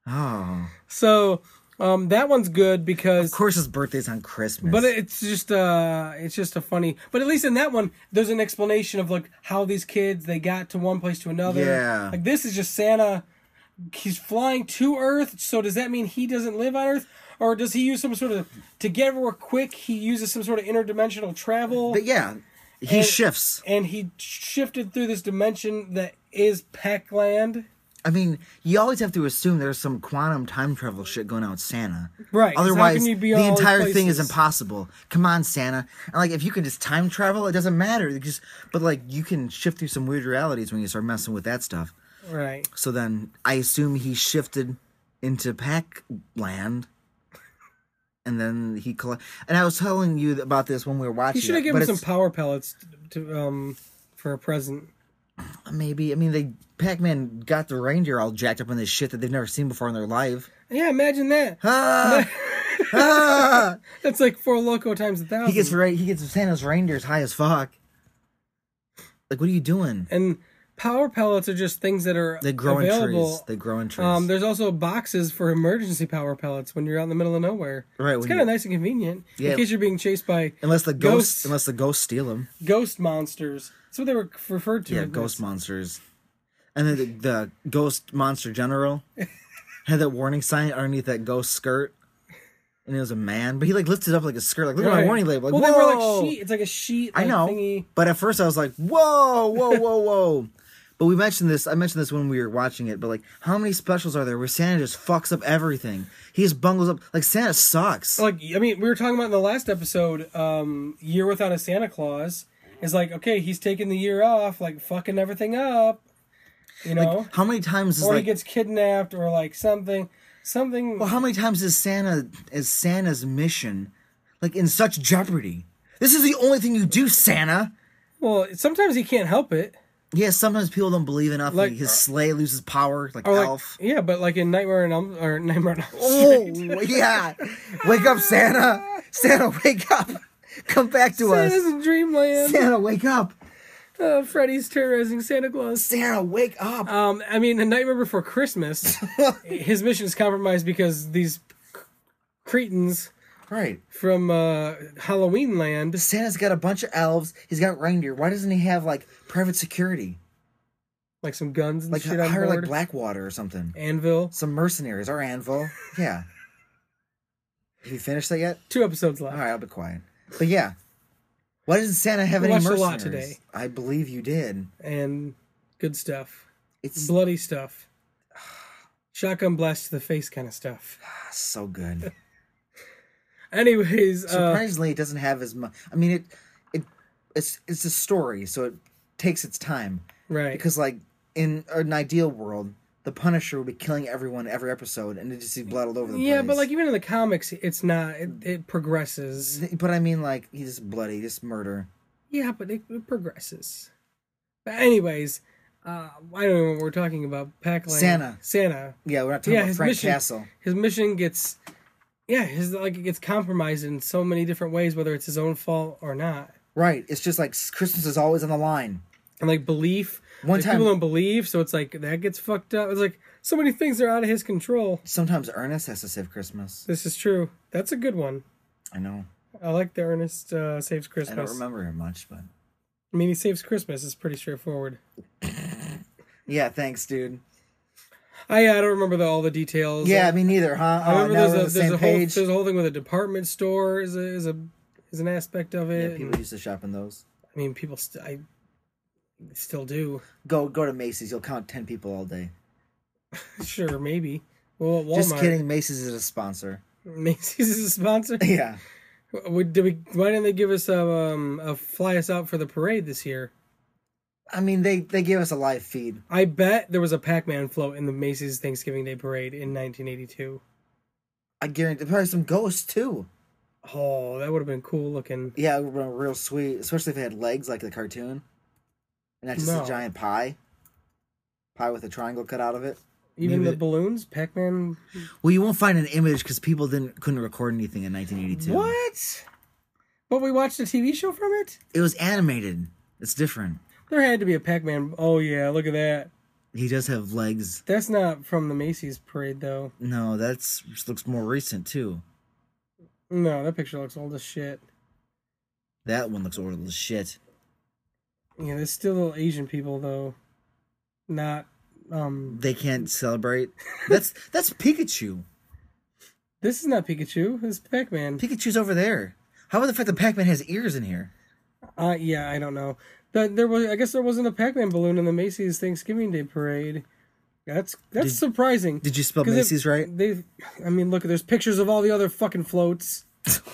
Speaker 2: oh,
Speaker 1: So um, that one's good because,
Speaker 2: of course, his birthday's on Christmas.
Speaker 1: but it's just uh, it's just a funny. But at least in that one, there's an explanation of like how these kids they got to one place to another.
Speaker 2: Yeah.
Speaker 1: Like this is just Santa. He's flying to Earth, so does that mean he doesn't live on Earth, or does he use some sort of to get everywhere quick? He uses some sort of interdimensional travel,
Speaker 2: But yeah, he shifts.
Speaker 1: and he shifted through this dimension that is Packland.
Speaker 2: I mean, you always have to assume there's some quantum time travel shit going on with Santa.
Speaker 1: Right, 'cause how
Speaker 2: Otherwise,
Speaker 1: can you be
Speaker 2: the
Speaker 1: all over
Speaker 2: entire thing is
Speaker 1: places?
Speaker 2: impossible. Come on, Santa. And like, if you can just time travel, it doesn't matter. You just, but like, you can shift through some weird realities when you start messing with that stuff.
Speaker 1: Right.
Speaker 2: So then, I assume he shifted into Pack Land, and then he. Coll- and I was telling you about this when we were watching.
Speaker 1: He should have
Speaker 2: it,
Speaker 1: given
Speaker 2: but
Speaker 1: him some
Speaker 2: it's-
Speaker 1: power pellets to, to um for a present.
Speaker 2: Maybe I mean they Pac-Man got the reindeer all jacked up on this shit that they've never seen before in their life.
Speaker 1: Yeah, imagine that.
Speaker 2: Ah! Ah!
Speaker 1: That's like four loco times a thousand.
Speaker 2: He gets ra- he gets Santa's reindeers high as fuck. Like, what are you doing?
Speaker 1: and power pellets are just things that are
Speaker 2: They grow in
Speaker 1: available.
Speaker 2: trees. They grow in trees.
Speaker 1: um, there's also boxes for emergency power pellets when you're out in the middle of nowhere.
Speaker 2: Right,
Speaker 1: It's
Speaker 2: when
Speaker 1: kind of
Speaker 2: you-
Speaker 1: nice and convenient
Speaker 2: Yeah.
Speaker 1: in case you're being chased by
Speaker 2: unless the ghosts,
Speaker 1: ghosts.
Speaker 2: unless the ghosts steal them.
Speaker 1: ghost monsters. That's what they were referred to.
Speaker 2: Yeah,
Speaker 1: as.
Speaker 2: ghost monsters. And then the, the ghost monster general had that warning sign underneath that ghost skirt, and it was a man, but he like lifted up like a skirt, like look at my
Speaker 1: Right.
Speaker 2: warning label. Like,
Speaker 1: well, they were
Speaker 2: "Whoa!"
Speaker 1: like sheet. It's like a sheet.
Speaker 2: I
Speaker 1: like,
Speaker 2: know.
Speaker 1: Thingy.
Speaker 2: But at first I was like, whoa, whoa, whoa, whoa. But we mentioned this. I mentioned this when we were watching it. But like, how many specials are there where Santa just fucks up everything? He just bungles up. Like Santa sucks.
Speaker 1: like I mean, we were talking about in the last episode, um, year without a Santa Claus is like okay, he's taking the year off, like fucking everything up, you know,
Speaker 2: How many times is
Speaker 1: or he
Speaker 2: like?
Speaker 1: gets kidnapped or like something, something.
Speaker 2: well, how many times is Santa is Santa's mission like in such jeopardy? This is the only thing you do, Santa.
Speaker 1: Well, sometimes he can't help it.
Speaker 2: Yeah, sometimes people don't believe enough.
Speaker 1: Like- uh,
Speaker 2: his sleigh loses power, like
Speaker 1: Or like,
Speaker 2: Elf.
Speaker 1: yeah, but like in Nightmare on Elm or Nightmare on Elm
Speaker 2: Oh
Speaker 1: Street,
Speaker 2: yeah, wake up, Santa! Santa, wake up! Come back to us.
Speaker 1: Santa's in Dreamland.
Speaker 2: Santa, wake up!
Speaker 1: Uh, Freddy's terrorizing Santa Claus.
Speaker 2: Santa, wake up!
Speaker 1: Um, I mean, in Nightmare Before Christmas,
Speaker 2: Uh,
Speaker 1: his mission is compromised because these c- cretins
Speaker 2: right.
Speaker 1: from uh, Halloween Land
Speaker 2: Santa's got a bunch of elves. He's got reindeer. Why doesn't he have like private security?
Speaker 1: like some guns and
Speaker 2: Like
Speaker 1: shit on
Speaker 2: hire
Speaker 1: board.
Speaker 2: like Blackwater or something.
Speaker 1: Anvil.
Speaker 2: Some mercenaries or Anvil. Yeah. Have you finished that yet?
Speaker 1: Two episodes left.
Speaker 2: All right, I'll be quiet. But yeah, why doesn't Santa have
Speaker 1: We
Speaker 2: any
Speaker 1: watched a
Speaker 2: mercenaries?
Speaker 1: lot today.
Speaker 2: I believe you did.
Speaker 1: And good stuff.
Speaker 2: It's
Speaker 1: Bloody stuff. Shotgun blast to the face kind of stuff.
Speaker 2: so good.
Speaker 1: Anyways, uh,
Speaker 2: Surprisingly, it doesn't have as much. I mean, it it it's it's a story, so it takes its time.
Speaker 1: right.
Speaker 2: Because like in an ideal world, the Punisher would be killing everyone every episode, and it just be blood all over the
Speaker 1: yeah,
Speaker 2: place.
Speaker 1: but like even in the comics, it's not. It, it progresses.
Speaker 2: but I mean, like he's bloody, just murder.
Speaker 1: Yeah, but it, it progresses. But anyways, Uh, I don't know what we're talking about. Pack Lane.
Speaker 2: Santa.
Speaker 1: Santa.
Speaker 2: Yeah, we're not talking
Speaker 1: yeah,
Speaker 2: about
Speaker 1: his
Speaker 2: Frank
Speaker 1: mission.
Speaker 2: Castle.
Speaker 1: His mission gets, yeah, his like it gets compromised in so many different ways, whether it's his own fault or not.
Speaker 2: Right. It's just like s- Christmas is always on the line.
Speaker 1: And like belief,
Speaker 2: One
Speaker 1: like,
Speaker 2: time-
Speaker 1: people don't believe, so it's like that gets fucked up. It's like so many things are out of his control.
Speaker 2: Sometimes Ernest has to save Christmas.
Speaker 1: This is true. That's a good one.
Speaker 2: I know.
Speaker 1: I like the Ernest uh, saves
Speaker 2: I don't
Speaker 1: Christmas.
Speaker 2: remember him much, but
Speaker 1: I mean, he saves Christmas. It's pretty straightforward.
Speaker 2: yeah, thanks, dude.
Speaker 1: I I don't remember the, all the details.
Speaker 2: Yeah, me neither, huh?
Speaker 1: I
Speaker 2: Oh,
Speaker 1: remember
Speaker 2: now we're
Speaker 1: there's
Speaker 2: on
Speaker 1: a,
Speaker 2: the
Speaker 1: there's,
Speaker 2: same
Speaker 1: a whole,
Speaker 2: page.
Speaker 1: there's a whole thing with a department store is a, is a is an aspect of
Speaker 2: Yeah,
Speaker 1: it.
Speaker 2: people
Speaker 1: and-
Speaker 2: used to shop in those.
Speaker 1: I mean, people st- I still do.
Speaker 2: Go go to Macy's. You'll count ten people all day.
Speaker 1: Sure, maybe. Well, at Walmart.
Speaker 2: Just kidding. Macy's is a sponsor.
Speaker 1: Macy's is a sponsor.
Speaker 2: Yeah.
Speaker 1: we, did we, why didn't they give us a um a fly us out for the parade this year?
Speaker 2: I mean, they they gave us a live feed.
Speaker 1: I bet there was a Pac-Man float in the Macy's Thanksgiving Day Parade in 1982.
Speaker 2: I guarantee probably some ghosts too.
Speaker 1: Oh, that would have been cool looking.
Speaker 2: Yeah, it would have been real sweet, especially if it had legs like the cartoon, and not just
Speaker 1: No.
Speaker 2: a giant pie, pie with a triangle cut out of it.
Speaker 1: Even
Speaker 2: Maybe-
Speaker 1: the balloons, Pac-Man.
Speaker 2: Well, you won't find an image because people didn't couldn't record anything in 1982.
Speaker 1: What? But we watched a TV show from it.
Speaker 2: It was animated. It's different.
Speaker 1: There had to be a Pac-Man. Oh yeah, look at that.
Speaker 2: He does have legs.
Speaker 1: That's not from the Macy's parade though.
Speaker 2: No, that's which looks more recent too.
Speaker 1: No, that picture looks old as shit.
Speaker 2: That one looks old as shit.
Speaker 1: Yeah, there's still little Asian people though. Not um
Speaker 2: They can't celebrate. That's that's Pikachu.
Speaker 1: this is not Pikachu, it's Pac-Man.
Speaker 2: Pikachu's over there. How about the fact that Pac-Man has ears in here?
Speaker 1: Uh yeah, I don't know. But there was I guess there wasn't a Pac-Man balloon in the Macy's Thanksgiving Day parade. That's that's
Speaker 2: Did-
Speaker 1: surprising.
Speaker 2: Did you spell
Speaker 1: 'Cause it-
Speaker 2: Macy's right?
Speaker 1: They I mean look there's pictures of all the other fucking floats.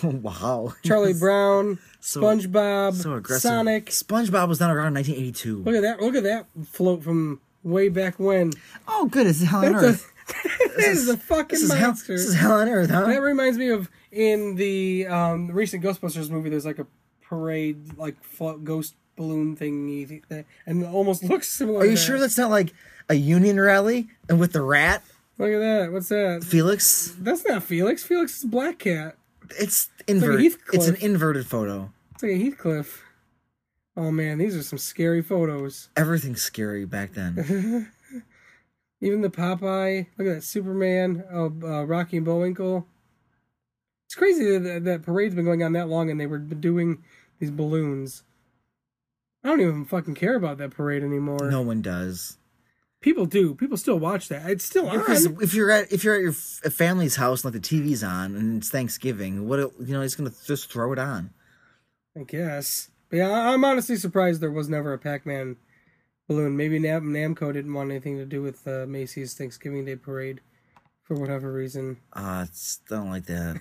Speaker 2: wow.
Speaker 1: Charlie Brown,
Speaker 2: So-
Speaker 1: SpongeBob,
Speaker 2: So aggressive.
Speaker 1: Sonic.
Speaker 2: SpongeBob was not around in 1982.
Speaker 1: Look at that look at that float from way back when.
Speaker 2: Oh, good. It's Hell on
Speaker 1: That's a-
Speaker 2: Earth.
Speaker 1: this is a fucking
Speaker 2: This is, hell,
Speaker 1: monster.
Speaker 2: this is hell on Earth, huh?
Speaker 1: That reminds me of in the um, recent Ghostbusters movie. There's like a parade, like float ghost balloon thingy, that, and it almost looks similar.
Speaker 2: Are
Speaker 1: to
Speaker 2: you
Speaker 1: that.
Speaker 2: sure that's not like a union rally and with the rat,
Speaker 1: Look at that. What's that?
Speaker 2: Felix?
Speaker 1: That's not Felix. Felix is a Black Cat.
Speaker 2: It's
Speaker 1: like
Speaker 2: inverted. It's,
Speaker 1: Heathcliff.
Speaker 2: an inverted photo.
Speaker 1: It's like a Heathcliff. Oh man, these are some scary photos.
Speaker 2: Everything's scary back
Speaker 1: Uh-huh.
Speaker 2: then.
Speaker 1: Even the Popeye. Look at that Superman. Oh, uh, Rocky and Bullwinkle. It's crazy that that parade's been going on that long, and they were doing these balloons. I don't even fucking care about that parade anymore.
Speaker 2: no one does.
Speaker 1: People do. People still watch that. It's still on.
Speaker 2: Because if you're at if you're at your f- family's house and like the TV's on and it's Thanksgiving, what el- you know, he's gonna just throw it on.
Speaker 1: I guess. But yeah, I- I'm honestly surprised there was never a Pac-Man balloon. Maybe Nam- Namco didn't want anything to do with uh, Macy's Thanksgiving Day Parade for whatever reason.
Speaker 2: Uh, it's, I don't like that.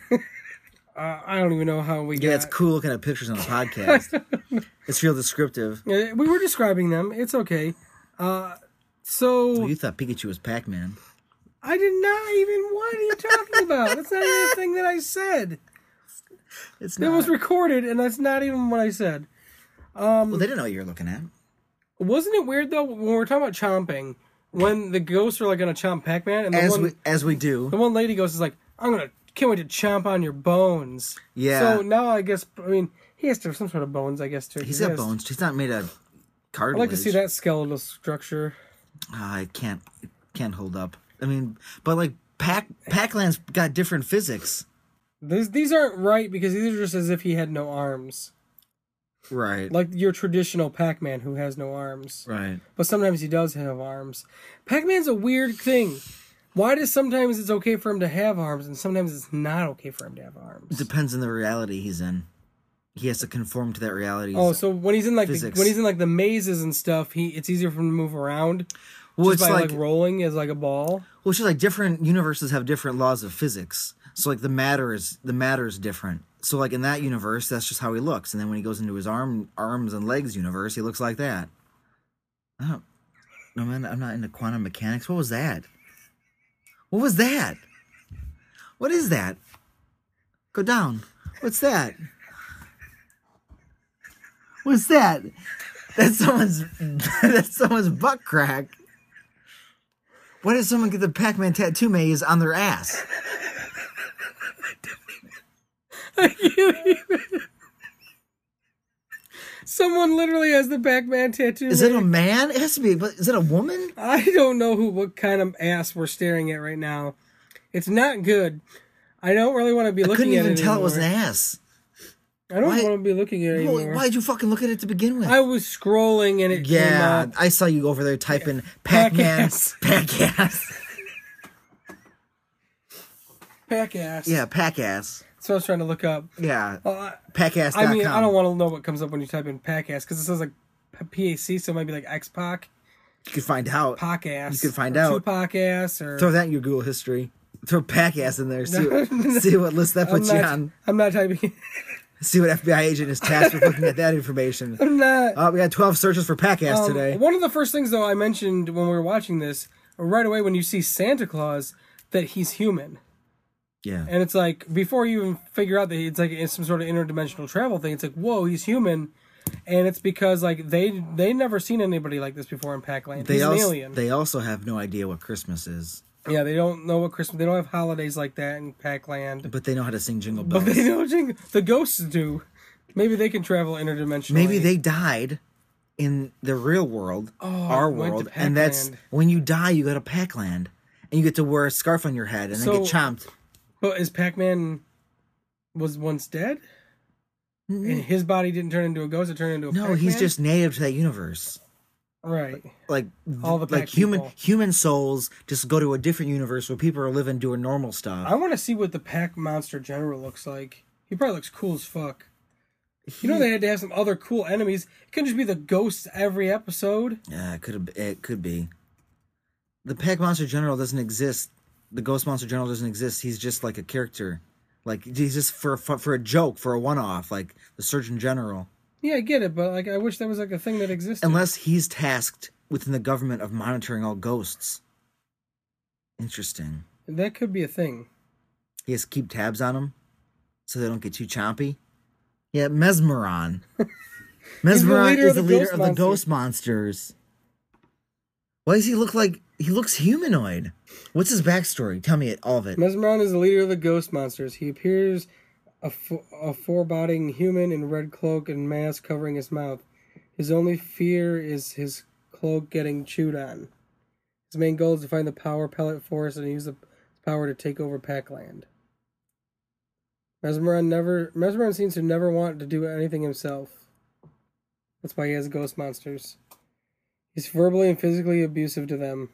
Speaker 1: Uh, I don't even know how we
Speaker 2: Yeah,
Speaker 1: got.
Speaker 2: it's cool looking at pictures on the podcast. it's real descriptive.
Speaker 1: Uh, We were describing them. It's okay. Uh, so
Speaker 2: Well, you thought Pikachu was Pac Man.
Speaker 1: I did not even. What are you talking about? That's not even a thing that I said.
Speaker 2: It's
Speaker 1: That
Speaker 2: not.
Speaker 1: was recorded, and that's not even what I said.
Speaker 2: well, they didn't know what you were looking at.
Speaker 1: Wasn't it weird though when we were talking about chomping? When the ghosts are like gonna chomp Pac-Man, and the
Speaker 2: As
Speaker 1: one,
Speaker 2: we as we
Speaker 1: the
Speaker 2: do,
Speaker 1: one lady ghost is like, "I'm gonna can't wait to chomp on your bones."
Speaker 2: Yeah.
Speaker 1: So now I guess I mean he has to have some sort of bones, I guess. To
Speaker 2: he's
Speaker 1: exist.
Speaker 2: got bones. He's not made of
Speaker 1: I'd
Speaker 2: cartilage.
Speaker 1: like to see that skeletal structure.
Speaker 2: Ah, it can't it can't hold up. I mean, but like Pac Pac-Land's got different physics,
Speaker 1: These these aren't right because these are just as if he had no arms,
Speaker 2: right?
Speaker 1: like your traditional Pac-Man who has no arms.
Speaker 2: right.
Speaker 1: But sometimes he does have arms. Pac-Man's a weird thing. Why does sometimes it's okay for him to have arms and sometimes it's not okay for him to have arms?
Speaker 2: Depends on the reality he's in. He has to conform to that reality.
Speaker 1: Oh, so when he's in like the,
Speaker 2: Physics.
Speaker 1: when he's in like the mazes and stuff, he it's easier for him to move around
Speaker 2: well,
Speaker 1: just
Speaker 2: it's
Speaker 1: by
Speaker 2: like,
Speaker 1: like, rolling as like a ball.
Speaker 2: well, it's just like different universes have different laws of physics. So like the matter is the matter is different. So like in that universe, that's just how he looks. And then when he goes into his arm arms and legs universe, he looks like that. I don't. No man, I'm not into quantum mechanics. What was that? What was that? What is that? Go down. What's that? What's that? That's someone's. that's someone's butt crack. Why did someone get the Pac-Man tattoo maze on their ass?
Speaker 1: Someone literally has the Pac-Man tattoo.
Speaker 2: Is it a man? It has to be. But is it a woman?
Speaker 1: I don't know who what kind of ass we're staring at right now. It's not good. I don't really want to be
Speaker 2: I
Speaker 1: looking
Speaker 2: couldn't
Speaker 1: at
Speaker 2: even
Speaker 1: it
Speaker 2: tell it was an
Speaker 1: anymore.
Speaker 2: ass.
Speaker 1: I don't
Speaker 2: Why-
Speaker 1: want to be looking at it
Speaker 2: Well,
Speaker 1: anymore.
Speaker 2: why'd you fucking look at it to begin with?
Speaker 1: I was scrolling and it
Speaker 2: yeah,
Speaker 1: came up.
Speaker 2: I saw you over there typing Pac-Man,
Speaker 1: ass.
Speaker 2: Pac-ass.
Speaker 1: Pack ass.
Speaker 2: Yeah, Pac-ass.
Speaker 1: So I was trying to look up.
Speaker 2: Yeah,
Speaker 1: Uh,
Speaker 2: Pac-ass.
Speaker 1: I mean, I don't want to know what comes up when you type in pack ass because it says like P- PAC, so it might be like X Pac,
Speaker 2: You could find out.
Speaker 1: Pac ass.
Speaker 2: You could find
Speaker 1: or
Speaker 2: out.
Speaker 1: Tupac ass or.
Speaker 2: Throw that in your Google history. Throw Pac-ass in there. See, see what list that
Speaker 1: I'm
Speaker 2: puts you
Speaker 1: not,
Speaker 2: on.
Speaker 1: I'm not typing.
Speaker 2: See what FBI agent is tasked with looking at that information.
Speaker 1: I'm not.
Speaker 2: Uh, we got 12 searches for Pac-ass
Speaker 1: Um,
Speaker 2: today.
Speaker 1: One of the first things, though, I mentioned when we were watching this, right away when you see Santa Claus, that he's human.
Speaker 2: Yeah.
Speaker 1: And it's like, before you even figure out that it's like it's some sort of interdimensional travel thing, it's like, whoa, he's human. And it's because, like, they they never seen anybody like this before in Packland.
Speaker 2: They
Speaker 1: he's an
Speaker 2: also,
Speaker 1: alien.
Speaker 2: they also have no idea what Christmas is,
Speaker 1: yeah, they don't know what Christmas, they don't have holidays like that in Packland.
Speaker 2: but they know how to sing Jingle
Speaker 1: But
Speaker 2: Bells.
Speaker 1: they know jing- the ghosts do. Maybe they can travel interdimensionally.
Speaker 2: Maybe they died in the real world, our
Speaker 1: Oh, went to
Speaker 2: world, and that's
Speaker 1: Pac-Land.
Speaker 2: when you die, you go to Pac-land, and you get to wear a scarf on your head and then get
Speaker 1: So-
Speaker 2: chomped.
Speaker 1: But is Pac Man was once dead? And his body didn't turn into a ghost, it turned into a
Speaker 2: No,
Speaker 1: Pac-Man?
Speaker 2: he's just native to that universe.
Speaker 1: Right.
Speaker 2: Like
Speaker 1: All the
Speaker 2: like
Speaker 1: Pac
Speaker 2: human
Speaker 1: people.
Speaker 2: human souls just go to a different universe where people are living doing normal stuff.
Speaker 1: I wanna see what the Pac Monster General looks like. He probably looks cool as fuck. You know they had to have some other cool enemies. It couldn't just be the ghosts every episode.
Speaker 2: Yeah, it could have. It could be. The Pac Monster General doesn't exist. The Ghost Monster General doesn't exist. He's just like a character, like he's just for for, for a joke, for a one off, like the Surgeon General.
Speaker 1: Yeah, I get it, but like I wish that was like a thing that existed.
Speaker 2: Unless he's tasked within the government of monitoring all ghosts. Interesting.
Speaker 1: that could be a thing.
Speaker 2: He has to keep tabs on them, so they don't get too chompy. Yeah, Mesmeron. Mesmeron
Speaker 1: leader of
Speaker 2: is the
Speaker 1: the
Speaker 2: leader
Speaker 1: ghost
Speaker 2: of the
Speaker 1: monsters.
Speaker 2: ghost monsters. Why does he look like he looks humanoid? What's his backstory? Tell me it, all of it.
Speaker 1: Mesmeron is the leader of the ghost monsters. He appears a, fo- a foreboding human in red cloak and mask covering his mouth. His only fear is his cloak getting chewed on. His main goal is to find the power pellet force and use the power to take over Packland. Mesmeron never Mesmeron seems to never want to do anything himself. That's why he has ghost monsters. He's verbally and physically abusive to them.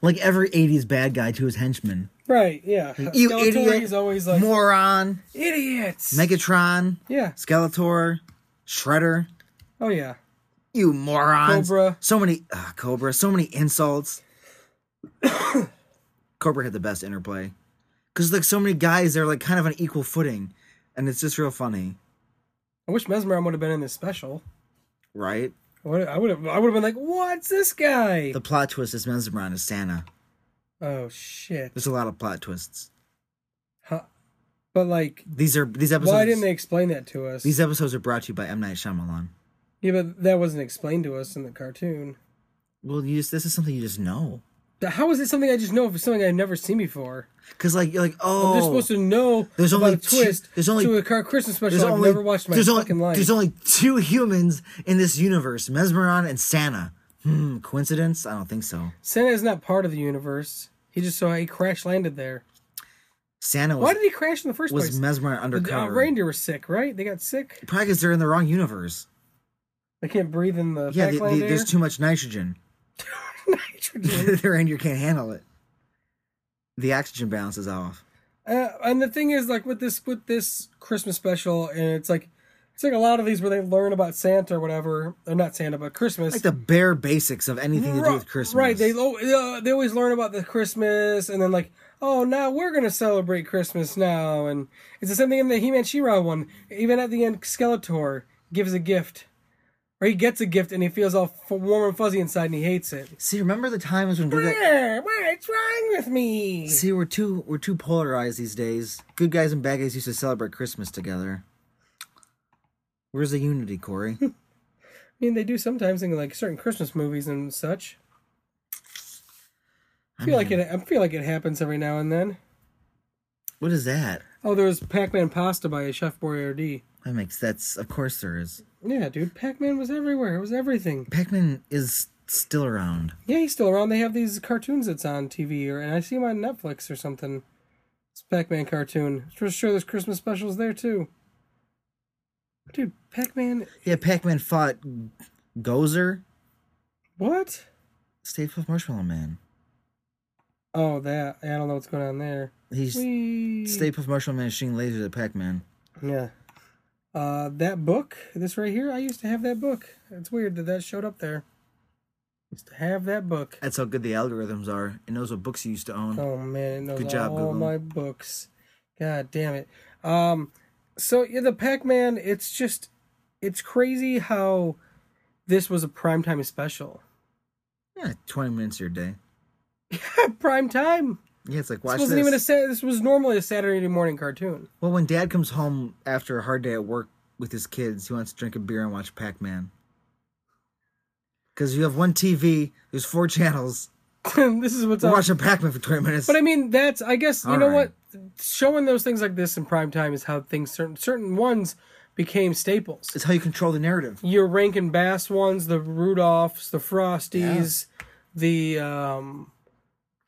Speaker 2: Like every '80s bad guy to his henchmen.
Speaker 1: Right, yeah.
Speaker 2: You
Speaker 1: Skeletor,
Speaker 2: idiot!
Speaker 1: He's always like
Speaker 2: moron,
Speaker 1: idiots.
Speaker 2: Megatron,
Speaker 1: Yeah.
Speaker 2: Skeletor, Shredder.
Speaker 1: Oh yeah.
Speaker 2: You morons.
Speaker 1: Cobra.
Speaker 2: So many uh, Cobra. So many insults. Cobra had the best interplay because like so many guys, they're like kind of on equal footing, and it's just real funny,
Speaker 1: I wish Mesmeron would have been in this special.
Speaker 2: right?
Speaker 1: I would I would have I would have been like, "What's this guy?"
Speaker 2: The plot twist is Mesmeron is Santa.
Speaker 1: Oh shit.
Speaker 2: There's a lot of plot twists.
Speaker 1: Huh. But like,
Speaker 2: These are these episodes.
Speaker 1: why didn't they explain that to us?
Speaker 2: These episodes are brought to you by M Night Shyamalan.
Speaker 1: Yeah, but that wasn't explained to us in the cartoon.
Speaker 2: Well, you just this is something you just know
Speaker 1: But How is it something I just know if it's something I've never seen before?
Speaker 2: because like you're like oh
Speaker 1: I'm just supposed to know
Speaker 2: There's
Speaker 1: about
Speaker 2: only
Speaker 1: a twist
Speaker 2: two- there's only-
Speaker 1: to a car- Christmas special I've never watched in my
Speaker 2: there's only-
Speaker 1: fucking life.
Speaker 2: There's only two humans in this universe: Mesmeron and Santa. Hmm, coincidence? I don't think so.
Speaker 1: Santa is not part of the universe. He just saw he crash landed there.
Speaker 2: Santa was,
Speaker 1: Why did he crash in the first
Speaker 2: was
Speaker 1: place?
Speaker 2: Mesmeron
Speaker 1: The uh,
Speaker 2: undercover.
Speaker 1: reindeer were sick, right? They got sick.
Speaker 2: Probably because they're in the wrong universe.
Speaker 1: They can't breathe in the
Speaker 2: Yeah, the,
Speaker 1: backland
Speaker 2: the, there's too much nitrogen.
Speaker 1: air. Nitrogen.
Speaker 2: the reindeer can't handle it. The oxygen balance is off.
Speaker 1: Uh, and the thing is, like with this with this Christmas special, and it's like it's like a lot of these where they learn about Santa or whatever, or not Santa, but Christmas.
Speaker 2: Like the bare basics of anything to do with Christmas.
Speaker 1: Right? They lo- uh, they always learn about the Christmas, and then like, oh, now we're gonna celebrate Christmas now, and it's the same thing in the He-Man She-Ra one. Even at the end, Skeletor gives a gift, or he gets a gift, and he feels all f- warm and fuzzy inside, and he hates it.
Speaker 2: See, remember the times when we got.
Speaker 1: "Brr, What's wrong with me?
Speaker 2: See, we're too we're too polarized these days. Good guys and bad guys used to celebrate Christmas together. Where's the unity, Corey?
Speaker 1: mean, they do sometimes in like certain Christmas movies and such. I
Speaker 2: I
Speaker 1: feel like
Speaker 2: mean,
Speaker 1: it. I feel like it happens every now and then.
Speaker 2: What is that?
Speaker 1: Oh, there was Pac-Man pasta by Chef Boyardee.
Speaker 2: That makes that's of course there is.
Speaker 1: Yeah, dude, Pac-Man was everywhere. It was everything.
Speaker 2: Pac-Man is still around.
Speaker 1: Yeah, he's still around. They have these cartoons that's on TV, or and I see him on Netflix or something. It's Pac-Man cartoon. For sure, there's Christmas specials there too. Dude, Pac-Man.
Speaker 2: Yeah, Pac-Man fought Gozer,
Speaker 1: What?
Speaker 2: Stay Puft Marshmallow Man.
Speaker 1: Oh, that. I don't know what's going on there.
Speaker 2: He's
Speaker 1: Whee.
Speaker 2: Stay Puft Marshmallow Man is shooting lasers at Pac-Man.
Speaker 1: Yeah. Uh, that book, this right here, I used to have that book. It's weird that that showed up there. Used to have that book.
Speaker 2: That's how good the algorithms are. It knows what books you used to own.
Speaker 1: Oh man, it knows
Speaker 2: Good job,
Speaker 1: all
Speaker 2: Google.
Speaker 1: my books. God damn it. Um, so yeah, the Pac-Man. It's just, it's crazy how this was a primetime special.
Speaker 2: Yeah, 20 minutes of your day.
Speaker 1: Prime time.
Speaker 2: Yeah, it's like
Speaker 1: This
Speaker 2: watch this.
Speaker 1: wasn't even a Sat. This was normally a Saturday morning cartoon.
Speaker 2: Well, when Dad comes home after a hard day at work with his kids, he wants to drink a beer and watch Pac-Man. Because you have one TV, there's four channels.
Speaker 1: this is what's
Speaker 2: We're
Speaker 1: on.
Speaker 2: watching Pac-Man for 20 minutes.
Speaker 1: But I mean, that's I guess you
Speaker 2: All
Speaker 1: know
Speaker 2: right.
Speaker 1: what showing those things like this in prime time is how things certain certain ones became staples.
Speaker 2: it's how you control the narrative.
Speaker 1: Your Rankin Bass ones, the Rudolphs, the Frosties, the um,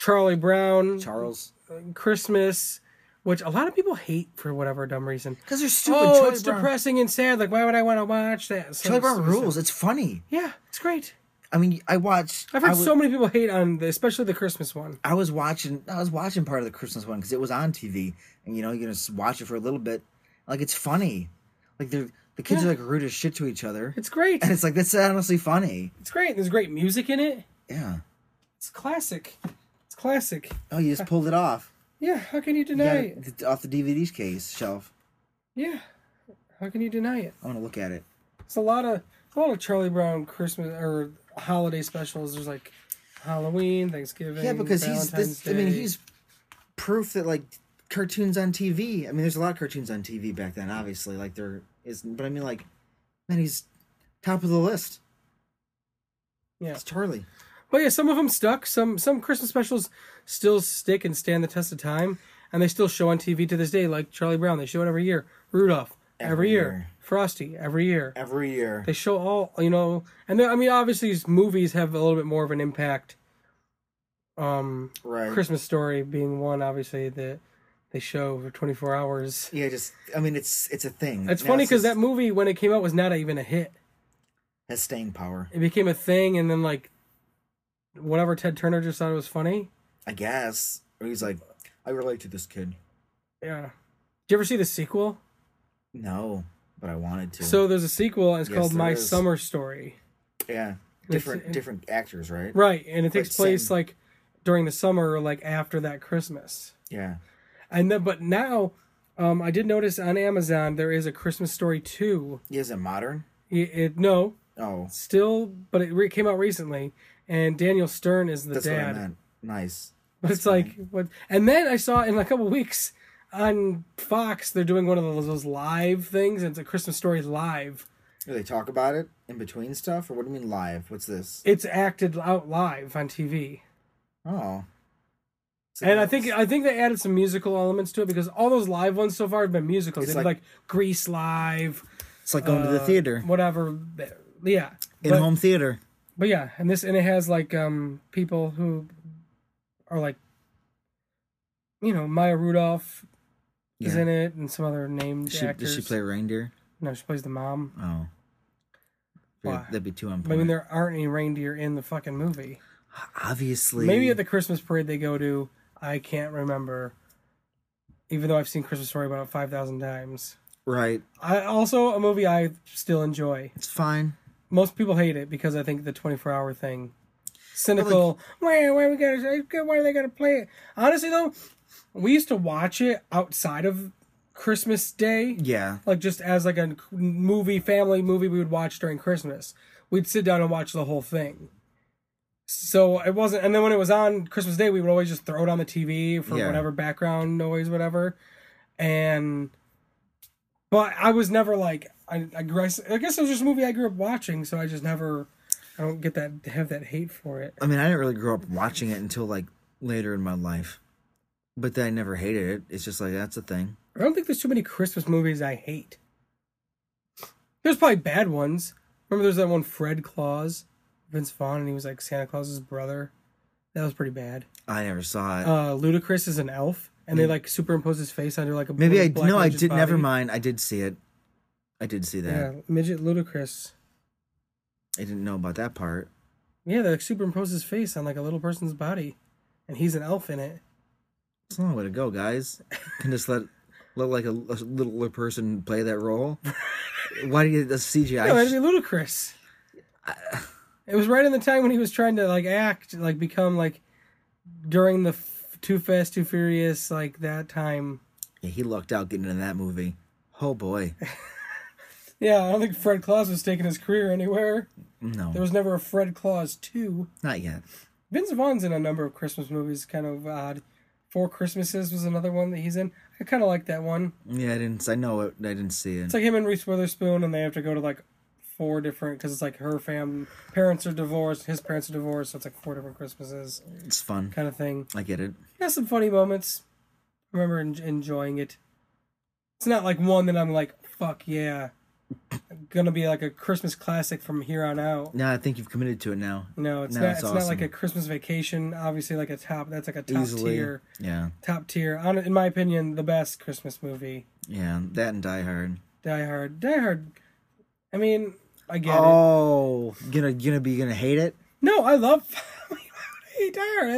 Speaker 1: Charlie Brown,
Speaker 2: Charles.
Speaker 1: Christmas, which a lot of people hate for whatever dumb reason.
Speaker 2: Because they're stupid.
Speaker 1: oh,
Speaker 2: Charlie
Speaker 1: it's
Speaker 2: Brown.
Speaker 1: depressing and sad. Like, why would I want to watch that? So-
Speaker 2: Charlie Brown
Speaker 1: so- so-
Speaker 2: rules. It's funny.
Speaker 1: Yeah, it's great.
Speaker 2: I mean, I watched.
Speaker 1: I've heard
Speaker 2: I was,
Speaker 1: so many people hate on, the, especially the Christmas one.
Speaker 2: I was watching. I was watching part of the Christmas one because it was on TV, and you know, you're gonna s- watch it for a little bit. Like it's funny. Like they're the kids are like rude as shit to each other,
Speaker 1: It's great.
Speaker 2: and it's like that's honestly funny.
Speaker 1: It's great. There's great music in it.
Speaker 2: Yeah.
Speaker 1: It's classic. It's classic.
Speaker 2: Oh, you just pulled it off.
Speaker 1: Yeah, how can you
Speaker 2: You
Speaker 1: deny
Speaker 2: got
Speaker 1: it?
Speaker 2: it off the DVD case shelf.
Speaker 1: Yeah, how can you deny it?
Speaker 2: I want to look at it.
Speaker 1: It's a lot of a lot of Charlie Brown Christmas or holiday specials. There's like Halloween, Thanksgiving.
Speaker 2: Yeah, because he's.
Speaker 1: Valentine's
Speaker 2: This, I mean,
Speaker 1: Day.
Speaker 2: he's proof that like cartoons on TV. I mean, there's a lot of cartoons on TV back then. Obviously, like there is, but I mean, like, man, he's top of the list.
Speaker 1: yeah.
Speaker 2: It's Charlie.
Speaker 1: But yeah, some of them stuck. Some some Christmas specials still stick and stand the test of time, and they still show on TV to this day. Like Charlie Brown, they show it every year. Rudolph every,
Speaker 2: Every
Speaker 1: year.
Speaker 2: year.
Speaker 1: Frosty every year.
Speaker 2: Every year.
Speaker 1: They show all you know, and then, I mean, obviously, these movies have a little bit more of an impact. Um,
Speaker 2: Right.
Speaker 1: Christmas Story being one, obviously, that they show for 24 hours.
Speaker 2: Yeah, just I mean, it's it's a thing.
Speaker 1: It's
Speaker 2: Now
Speaker 1: funny because that
Speaker 2: just-
Speaker 1: movie, when it came out, was not even a hit.
Speaker 2: has staying power.
Speaker 1: It became a thing, and then, like, whatever Ted Turner just thought it was funny.
Speaker 2: I guess. Or he's like, I relate to this kid.
Speaker 1: Yeah. Did you ever see the sequel?
Speaker 2: No, but I wanted to.
Speaker 1: So there's a sequel, and it's
Speaker 2: Yes,
Speaker 1: called
Speaker 2: there
Speaker 1: My
Speaker 2: is.
Speaker 1: Summer Story.
Speaker 2: yeah,
Speaker 1: eh,
Speaker 2: different different actors, right?
Speaker 1: Right, and it takes
Speaker 2: Right,
Speaker 1: place,
Speaker 2: same.
Speaker 1: like, during the summer or, like, after that Christmas.
Speaker 2: Yeah.
Speaker 1: And then, but now, um, I did notice on Amazon there is a Christmas Story two.
Speaker 2: Yeah, Is it modern?
Speaker 1: It, it- no,
Speaker 2: Oh,
Speaker 1: still, but it re- came out recently, and Daniel Stern is the
Speaker 2: that's what I
Speaker 1: dad.
Speaker 2: meant. Nice.
Speaker 1: But it's like what? And then I saw in a couple weeks on Fox they're doing one of those, those live things, and it's a Christmas Story live.
Speaker 2: Do they talk about it in between stuff, or what do you mean live? What's this?
Speaker 1: It's acted out live on TV.
Speaker 2: Oh. So
Speaker 1: And I
Speaker 2: that's-
Speaker 1: think I think they added some musical elements to it because all those live ones so far have been musicals.
Speaker 2: It's
Speaker 1: They did
Speaker 2: like-
Speaker 1: like Grease live,
Speaker 2: it's like going to the
Speaker 1: uh,
Speaker 2: theater
Speaker 1: whatever. Yeah,
Speaker 2: in
Speaker 1: But-
Speaker 2: home theater.
Speaker 1: But yeah, and this and it has like um people who are like you know, Maya Rudolph is
Speaker 2: Yeah.
Speaker 1: in it and some other named
Speaker 2: She,
Speaker 1: actors.
Speaker 2: does she play reindeer?
Speaker 1: No, she plays the mom.
Speaker 2: Oh,
Speaker 1: Why?
Speaker 2: that'd be too on
Speaker 1: But I mean
Speaker 2: point.
Speaker 1: there aren't any reindeer in the fucking movie.
Speaker 2: Obviously,
Speaker 1: Maybe at the Christmas parade they go to, I can't remember. Even though I've seen Christmas Story about five thousand times.
Speaker 2: right.
Speaker 1: I also a movie I still enjoy.
Speaker 2: It's fine.
Speaker 1: Most people hate it because I think the 24 hour thing cynical. Why why we gotta why do they gotta play it? Honestly though, we used to watch it outside of Christmas Day,
Speaker 2: Yeah,
Speaker 1: like just as like a movie family movie we would watch during Christmas. We'd sit down and watch the whole thing. So it wasn't, and then when it was on Christmas Day, we would always just throw it on the TV for
Speaker 2: Yeah.
Speaker 1: whatever background noise, whatever. And, but I was never like, I I, I guess I guess it was just a movie I grew up watching, so I just never I don't get that have that hate for it.
Speaker 2: I mean, I didn't really grow up watching it until like later in my life, but then I never hated it. It's just like that's a thing.
Speaker 1: I don't think there's too many Christmas movies I hate. There's probably bad ones. Remember, there's that one Fred Claus, Vince Vaughn, and he was like Santa Claus's brother. That was pretty bad.
Speaker 2: I never saw it.
Speaker 1: Uh, Ludacris is an elf, and they like superimpose his face under like a
Speaker 2: Mm. Maybe I
Speaker 1: black
Speaker 2: no, I
Speaker 1: midget's
Speaker 2: did. Never
Speaker 1: body.
Speaker 2: mind. I did see it. I did see that.
Speaker 1: Yeah, midget Ludacris.
Speaker 2: I didn't know about that part.
Speaker 1: Yeah, they like superimpose his face on like a little person's body, and he's an elf in it.
Speaker 2: It's a long way to go, guys. Can just let let like a, a little person play that role. Why do you the CGI?
Speaker 1: No, that'd be ludicrous. It was right in the time when he was trying to like act, like become like during the f- Too Fast Too Furious, like that time.
Speaker 2: Yeah, he lucked out getting into that movie. Oh boy,
Speaker 1: Yeah, I don't think Fred Claus was taking his career anywhere.
Speaker 2: no,
Speaker 1: There was never a Fred Claus two.
Speaker 2: not yet.
Speaker 1: Vince Vaughn's in a number of Christmas movies, kind of odd. Four Christmases was another one that he's in. I kind of like that one.
Speaker 2: Yeah, I didn't. I know it. I didn't see it.
Speaker 1: It's like him and Reese Witherspoon, and they have to go to like four different because it's like her fam parents are divorced, his parents are divorced, so it's like four different Christmases
Speaker 2: It's fun.
Speaker 1: kind of thing.
Speaker 2: I get it.
Speaker 1: It has some funny moments. I remember en- enjoying it. It's not like one that I'm like, fuck yeah, gonna be like a Christmas classic from here on out.
Speaker 2: No, I think you've committed to it now.
Speaker 1: No, it's
Speaker 2: No,
Speaker 1: not.
Speaker 2: it's
Speaker 1: It's, not like
Speaker 2: awesome.
Speaker 1: a Christmas vacation. Obviously, like a top. That's like a top
Speaker 2: Easily.
Speaker 1: tier,
Speaker 2: Yeah,
Speaker 1: top tier. On in my opinion, the best Christmas movie.
Speaker 2: yeah. That and Die Hard.
Speaker 1: Die Hard. Die Hard. I mean, I get it.
Speaker 2: Oh, gonna gonna be gonna hate it.
Speaker 1: No, I love I hate Die Hard.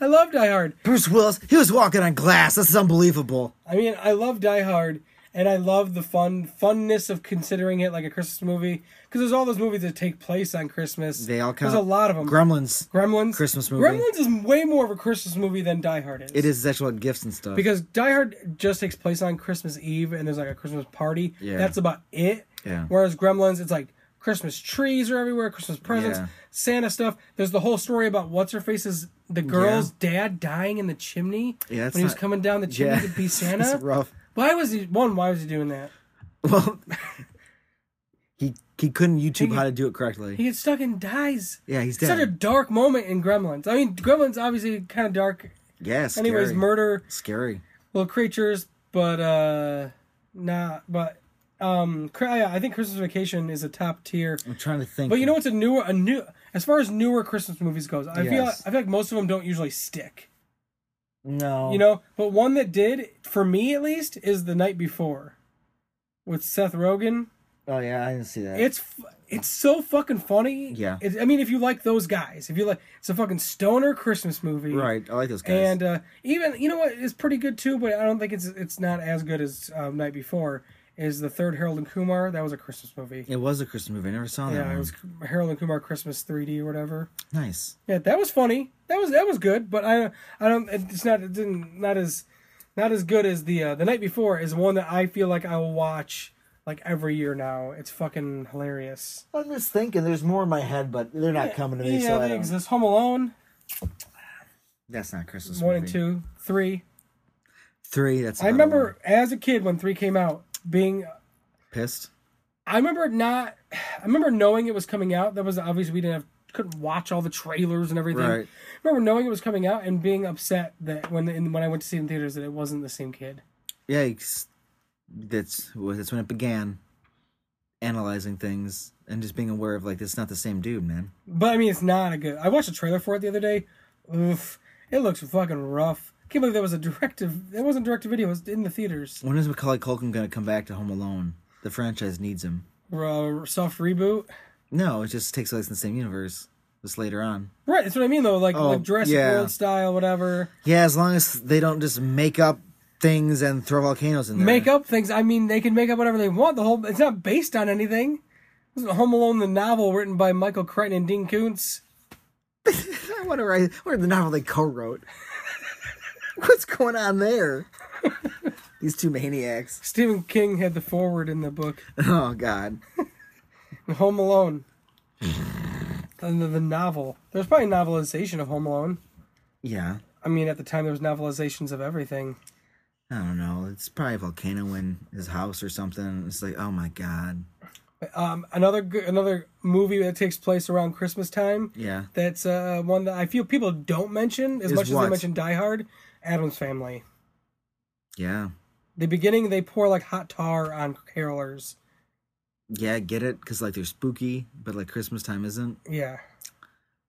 Speaker 1: I, I love Die Hard.
Speaker 2: Bruce Willis. He was walking on glass. This is unbelievable.
Speaker 1: I mean, I love Die Hard, and I love the fun funness of considering it like a Christmas movie because there's all those movies that take place on Christmas.
Speaker 2: They all count.
Speaker 1: There's a lot of them.
Speaker 2: Gremlins.
Speaker 1: Gremlins.
Speaker 2: Christmas movie.
Speaker 1: Gremlins is way more of a Christmas movie than Die Hard is.
Speaker 2: It is actual gifts and stuff.
Speaker 1: Because Die Hard just takes place on Christmas Eve and there's like a Christmas party.
Speaker 2: Yeah.
Speaker 1: That's about it.
Speaker 2: Yeah.
Speaker 1: Whereas Gremlins, it's like Christmas trees are everywhere, Christmas presents,
Speaker 2: Yeah.
Speaker 1: Santa stuff. There's the whole story about what's her face's the girl's dad dying in the chimney
Speaker 2: Yeah, that's
Speaker 1: when he was
Speaker 2: not-
Speaker 1: coming down the chimney
Speaker 2: yeah,
Speaker 1: to be
Speaker 2: it's
Speaker 1: Santa.
Speaker 2: rough.
Speaker 1: Why was he one? Why was he doing that?
Speaker 2: Well, he he couldn't YouTube
Speaker 1: He-
Speaker 2: how to do it correctly.
Speaker 1: He gets stuck and dies.
Speaker 2: yeah, he's
Speaker 1: Such a
Speaker 2: dead.
Speaker 1: dark moment in Gremlins. I mean, Gremlins obviously kind of dark.
Speaker 2: yeah, scary.
Speaker 1: Anyways, murder.
Speaker 2: Scary.
Speaker 1: little creatures, but uh nah, but um cr- yeah, I think Christmas Vacation is a top tier.
Speaker 2: I'm trying to think.
Speaker 1: But you know what's a newer a new as far as newer Christmas movies goes, I feel
Speaker 2: Yes.
Speaker 1: I feel like most of them don't usually stick.
Speaker 2: No.
Speaker 1: You know, but one that did for me at least is The Night Before with Seth Rogen.
Speaker 2: Oh yeah, I didn't see that.
Speaker 1: It's f- it's so fucking funny.
Speaker 2: Yeah.
Speaker 1: It's, I mean, if you like those guys, if you like, it's a fucking stoner Christmas movie.
Speaker 2: right. I like those guys.
Speaker 1: And uh, even you know what is pretty good too, but I don't think it's it's not as good as um, Night Before. Is the third Harold and Kumar? That was a Christmas movie.
Speaker 2: it was a Christmas movie. I never saw that.
Speaker 1: Yeah,
Speaker 2: one.
Speaker 1: it was Harold and Kumar Christmas 3D or whatever.
Speaker 2: nice.
Speaker 1: Yeah, that was funny. That was that was good, but I I don't. It's not it didn't not as not as good as the uh, the Night Before is one that I feel like I will watch like every year now. It's fucking hilarious.
Speaker 2: I'm just thinking. There's more in my head, but they're not coming to me.
Speaker 1: yeah,
Speaker 2: so I
Speaker 1: they
Speaker 2: don't-
Speaker 1: exist. Home Alone
Speaker 2: That's not Christmas.
Speaker 1: one
Speaker 2: movie.
Speaker 1: and two, three.
Speaker 2: Three. That's.
Speaker 1: I
Speaker 2: another one.
Speaker 1: remember as a kid when three came out being
Speaker 2: pissed.
Speaker 1: I remember not. I remember knowing it was coming out. That was obviously we didn't have couldn't watch all the trailers and everything.
Speaker 2: Right.
Speaker 1: I remember knowing it was coming out and being upset that when the, when I went to see it in theaters that it wasn't the same kid.
Speaker 2: Yikes. That's well, that's when it began. Analyzing things and just being aware of like it's not the same dude, man.
Speaker 1: But I mean, it's not a good. I watched a trailer for it the other day. Oof, it looks fucking rough. Can't believe that was a directive. It wasn't direct to video. It was in the theaters.
Speaker 2: When is Macaulay Culkin gonna come back to Home Alone? The franchise needs him.
Speaker 1: Uh, soft reboot.
Speaker 2: No, it just takes place in the same universe. Just later on.
Speaker 1: Right. That's what I mean though. Like
Speaker 2: Oh,
Speaker 1: like Jurassic
Speaker 2: yeah.
Speaker 1: World style, whatever.
Speaker 2: Yeah, as long as they don't just make up things and throw volcanoes in there.
Speaker 1: make up things. I mean, they can make up whatever they want. The whole it's not based on anything. This is Home Alone the novel written by Michael Crichton and Dean Koontz.
Speaker 2: I wonder where, I, where the novel they co-wrote. What's going on there? These two maniacs.
Speaker 1: Stephen King had the foreword in the book.
Speaker 2: Oh God.
Speaker 1: And Home Alone, the, the, the novel. There's probably a novelization of Home Alone.
Speaker 2: Yeah.
Speaker 1: I mean, at the time there was novelizations of everything.
Speaker 2: I don't know. It's probably a volcano in his house or something. It's like, oh my God.
Speaker 1: Um, another g- another movie that takes place around Christmas time.
Speaker 2: Yeah.
Speaker 1: That's uh, one that I feel people don't mention as
Speaker 2: Is
Speaker 1: much as
Speaker 2: what?
Speaker 1: they mention Die Hard. Adam's Family.
Speaker 2: Yeah.
Speaker 1: The beginning, they pour like hot tar on carolers.
Speaker 2: Yeah, I get it cuz like they're spooky, but like Christmas time isn't.
Speaker 1: Yeah,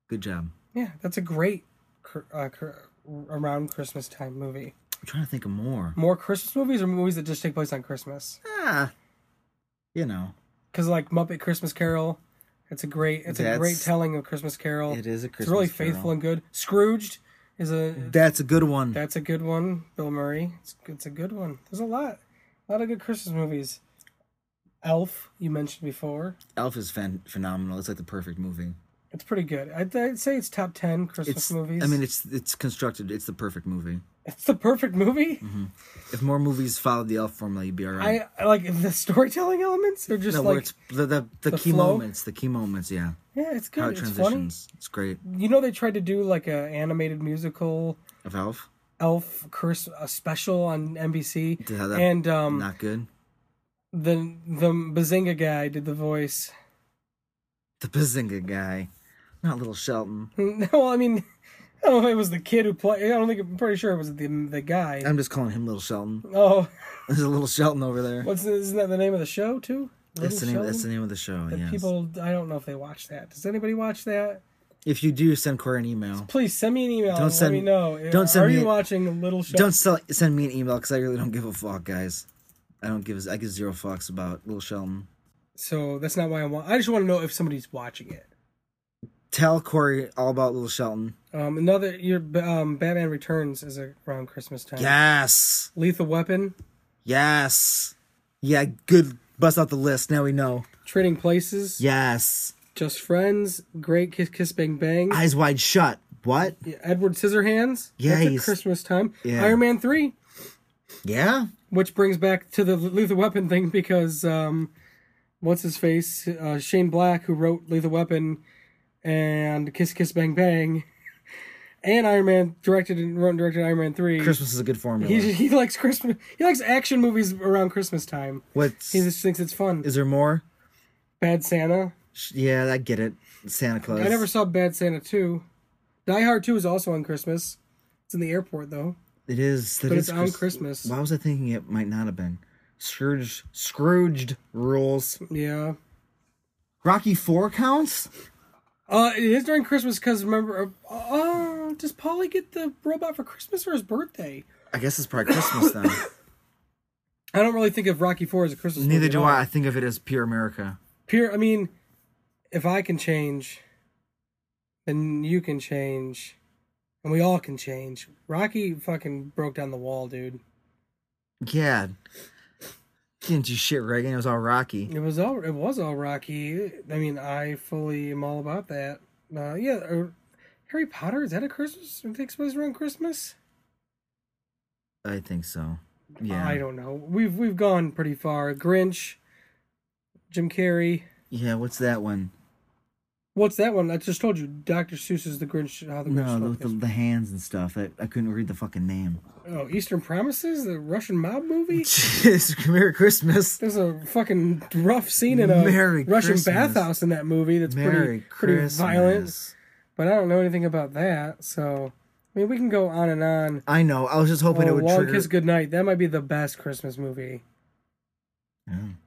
Speaker 2: Good job.
Speaker 1: yeah, that's a great cr- uh, cr- around Christmas time movie.
Speaker 2: I'm trying to think of more.
Speaker 1: More Christmas movies or movies that just take place on Christmas?
Speaker 2: Ah. You know,
Speaker 1: Because like Muppet Christmas Carol, it's a great it's a great
Speaker 2: That's-
Speaker 1: telling of Christmas Carol.
Speaker 2: it is a
Speaker 1: It's
Speaker 2: Christmas
Speaker 1: really faithful
Speaker 2: Carol. Mm-hmm.
Speaker 1: and good. Scrooged is a
Speaker 2: That's a good one.
Speaker 1: That's a good one, Bill Murray. It's, it's a good one. There's a lot, a lot of good Christmas movies. Elf, you mentioned before,
Speaker 2: Elf is phen phenomenal. It's like the perfect movie.
Speaker 1: it's pretty good. I'd, I'd say it's top ten Christmas
Speaker 2: It's
Speaker 1: movies.
Speaker 2: I mean, it's it's constructed. It's the perfect movie.
Speaker 1: it's the perfect movie.
Speaker 2: If more movies followed the Elf formula, you'd be all right.
Speaker 1: I I like the storytelling elements are just
Speaker 2: no, where
Speaker 1: like
Speaker 2: it's the the, the,
Speaker 1: the
Speaker 2: key
Speaker 1: flow.
Speaker 2: moments, the key moments. Yeah,
Speaker 1: yeah, it's
Speaker 2: how
Speaker 1: good.
Speaker 2: it
Speaker 1: It's funny.
Speaker 2: transitions. It's great.
Speaker 1: You know they tried to do like a animated musical
Speaker 2: Of Elf,
Speaker 1: Elf curse a special on NBC,
Speaker 2: Did how that-
Speaker 1: and um
Speaker 2: not good.
Speaker 1: the the Bazinga guy did the voice.
Speaker 2: The Bazinga guy, not Little Shelton.
Speaker 1: Well, I mean, I don't know if it was the kid who played. I don't think. I'm pretty sure it was the the guy.
Speaker 2: I'm just calling him Little Shelton.
Speaker 1: Oh,
Speaker 2: There's a Little Shelton over there.
Speaker 1: what's isn't that the name of the show too?
Speaker 2: That's the name.
Speaker 1: Little
Speaker 2: That's the
Speaker 1: Sheldon?
Speaker 2: name of the show.
Speaker 1: That
Speaker 2: yes.
Speaker 1: People, I don't know if they watch that. Does anybody watch that?
Speaker 2: If you do, send Corey an email.
Speaker 1: Please send me an email.
Speaker 2: Don't
Speaker 1: and
Speaker 2: send-
Speaker 1: let me know.
Speaker 2: don't send
Speaker 1: Are
Speaker 2: me-
Speaker 1: you watching Little Show?
Speaker 2: Don't sell, send me an email because I really don't give a fuck, guys. I don't give. I give zero fucks about Little Shelton.
Speaker 1: So that's not why I want. I just want to know if somebody's watching it.
Speaker 2: Tell Corey all about Little Shelton.
Speaker 1: Um, another your um, Batman Returns is around Christmas time.
Speaker 2: Yes.
Speaker 1: Lethal Weapon,
Speaker 2: Yes. Yeah, good. Bust out the list. Now we know.
Speaker 1: Trading Places,
Speaker 2: Yes.
Speaker 1: Just Friends, Great Kiss Kiss Bang Bang.
Speaker 2: Eyes wide shut. What?
Speaker 1: Yeah, Edward Scissorhands.
Speaker 2: Yeah,
Speaker 1: that's at
Speaker 2: he's-
Speaker 1: Christmas time.
Speaker 2: Yeah.
Speaker 1: Iron Man three,
Speaker 2: Yeah.
Speaker 1: which brings back to the Lethal Weapon thing because um, what's his face uh, Shane Black, who wrote Lethal Weapon and Kiss Kiss Bang Bang, and Iron Man directed and wrote and directed Iron Man three.
Speaker 2: Christmas is a good formula.
Speaker 1: He, he likes Christmas. He likes action movies around Christmas time.
Speaker 2: What's
Speaker 1: He just thinks it's fun.
Speaker 2: is there more?
Speaker 1: Bad Santa.
Speaker 2: Sh- Yeah, I get it. Santa Claus.
Speaker 1: I never saw Bad Santa two. Die Hard two is also on Christmas. It's in the airport though.
Speaker 2: It is. that
Speaker 1: But
Speaker 2: is
Speaker 1: it's on Christmas.
Speaker 2: Why was I thinking it might not have been? Scrooge. Scrooged rules.
Speaker 1: Yeah.
Speaker 2: Rocky Four counts.
Speaker 1: Uh, it is during Christmas because remember, uh, uh, does Polly get the robot for Christmas or his birthday?
Speaker 2: I guess it's probably Christmas then.
Speaker 1: I don't really think of Rocky Four as a Christmas.
Speaker 2: Neither
Speaker 1: movie
Speaker 2: do
Speaker 1: at all.
Speaker 2: I. I think of it as pure America.
Speaker 1: Pure, I mean, if I can change, then you can change, and we all can change. Rocky fucking broke down the wall, dude.
Speaker 2: Yeah. Didn't do shit, Reagan. It was all Rocky.
Speaker 1: It was all it was all Rocky. I mean, I fully am all about that. Uh, yeah, uh, Harry Potter is that a Christmas? It takes place around Christmas.
Speaker 2: I think so. Yeah.
Speaker 1: I don't know. We've we've gone pretty far. Grinch, Jim Carrey.
Speaker 2: Yeah. What's that one?
Speaker 1: What's that one? I just told you. Dr. Seuss is the Grinch. How the Grinch
Speaker 2: No, the,
Speaker 1: Stole
Speaker 2: with the,
Speaker 1: Christmas.
Speaker 2: the hands and stuff. I, I couldn't read the fucking name.
Speaker 1: Oh, Eastern Promises, the Russian mob movie.
Speaker 2: Jeez, Merry Christmas.
Speaker 1: There's a fucking rough scene in a
Speaker 2: Merry
Speaker 1: Russian
Speaker 2: Christmas.
Speaker 1: bathhouse in that movie. That's
Speaker 2: Merry
Speaker 1: pretty
Speaker 2: Christmas.
Speaker 1: pretty violent. But I don't know anything about that. So I mean, we can go on and on.
Speaker 2: I know. I was just hoping it
Speaker 1: Oh,
Speaker 2: would
Speaker 1: Long
Speaker 2: trigger.
Speaker 1: Kiss Goodnight. That might be the best Christmas movie.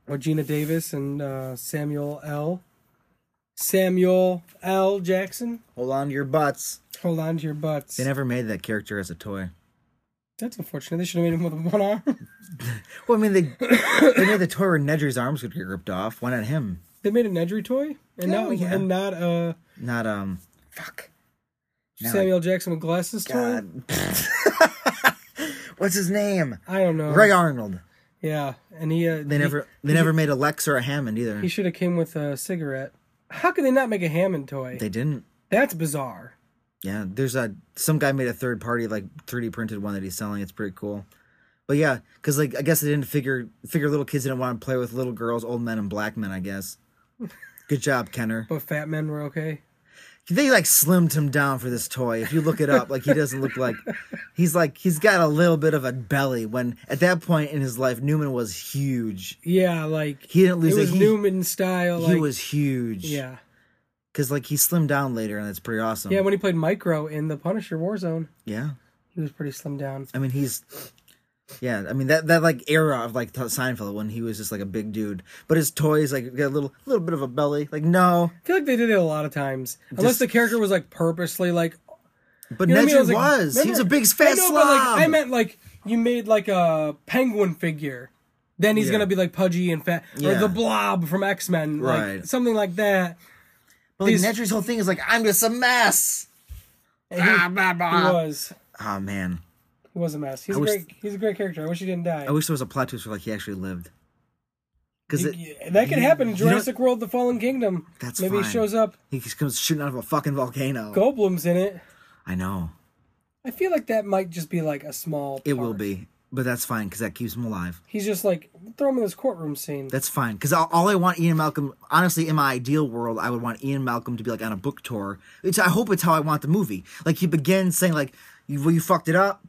Speaker 1: Regina Davis and uh, Samuel L. Samuel L. Jackson.
Speaker 2: Hold on to your butts.
Speaker 1: Hold on to your butts.
Speaker 2: They never made that character as a toy.
Speaker 1: That's unfortunate. They should have made him with one arm.
Speaker 2: Well, I mean, they they made the toy where Nedry's arms could get ripped off. Why not him?
Speaker 1: they made an Nedry toy, and
Speaker 2: Oh,
Speaker 1: not
Speaker 2: yeah.
Speaker 1: and not uh,
Speaker 2: Not um.
Speaker 1: fuck
Speaker 2: Now I-
Speaker 1: Samuel Jackson with glasses toy.
Speaker 2: God. What's his name?
Speaker 1: I don't know.
Speaker 2: Ray Arnold.
Speaker 1: Yeah, and he uh,
Speaker 2: They never. They never made a Lex or a Hammond either.
Speaker 1: He should have came with a cigarette. How could they not make a Hammond toy?
Speaker 2: They didn't.
Speaker 1: That's bizarre.
Speaker 2: Yeah, there's a some guy made a third party like 3D printed one that he's selling. It's pretty cool. But yeah, because like I guess they didn't figure figure little kids didn't want to play with little girls, old men, and black men. I guess. Good job, Kenner.
Speaker 1: But fat men were okay.
Speaker 2: They like slimmed him down for this toy. If you look it up, like he doesn't look like he's like he's got a little bit of a belly. When at that point in his life, Newman was huge.
Speaker 1: Yeah, like
Speaker 2: He didn't lose
Speaker 1: it
Speaker 2: it.
Speaker 1: was
Speaker 2: He-
Speaker 1: Newman style. Like,
Speaker 2: he was huge.
Speaker 1: yeah,
Speaker 2: because like he slimmed down later, and that's pretty awesome.
Speaker 1: yeah. When he played Micro in the Punisher Warzone,
Speaker 2: yeah.
Speaker 1: he was pretty slim down.
Speaker 2: I mean, he's yeah. I mean that that like era of like Seinfeld when he was just like a big dude, but his toys like got a little little bit of a belly. Like no,
Speaker 1: I feel like they did it a lot of times, unless
Speaker 2: Just-
Speaker 1: the character was like purposely like.
Speaker 2: but
Speaker 1: You know what I
Speaker 2: Nedry
Speaker 1: mean? I
Speaker 2: was.
Speaker 1: like,
Speaker 2: he was a
Speaker 1: remember-
Speaker 2: big fat
Speaker 1: I know,
Speaker 2: slob.
Speaker 1: but like I meant like you made like a penguin figure. Then he's
Speaker 2: Yeah.
Speaker 1: gonna be like pudgy and fat, or
Speaker 2: Yeah.
Speaker 1: the Blob from X Men, like
Speaker 2: Right.
Speaker 1: something like that.
Speaker 2: But, like,
Speaker 1: these-
Speaker 2: Nedry's whole thing is like I'm just a mess.
Speaker 1: And
Speaker 2: Ah,
Speaker 1: he,
Speaker 2: blah,
Speaker 1: he
Speaker 2: blah.
Speaker 1: was
Speaker 2: Oh man,
Speaker 1: he was a mess. He's
Speaker 2: I
Speaker 1: a
Speaker 2: wish-
Speaker 1: great he's a great character. I wish he didn't die.
Speaker 2: I wish there was a plot twist where like he actually lived. Because
Speaker 1: You-
Speaker 2: it
Speaker 1: you- that could happen in
Speaker 2: you know-
Speaker 1: Jurassic World: The Fallen Kingdom.
Speaker 2: That's
Speaker 1: maybe he
Speaker 2: fine.
Speaker 1: shows up.
Speaker 2: he just comes shooting out of a fucking volcano.
Speaker 1: Goldblum's in it.
Speaker 2: I know
Speaker 1: I feel like that might just be like a small.
Speaker 2: it will
Speaker 1: part.
Speaker 2: be, but that's fine because that keeps him alive.
Speaker 1: He's just like throw him in this courtroom scene.
Speaker 2: That's fine. Because all, all I want Ian Malcolm, honestly, in my ideal world, I would want Ian Malcolm to be like on a book tour. It's, I hope it's how I want the movie. Like he begins saying, like, you, well, you fucked it up.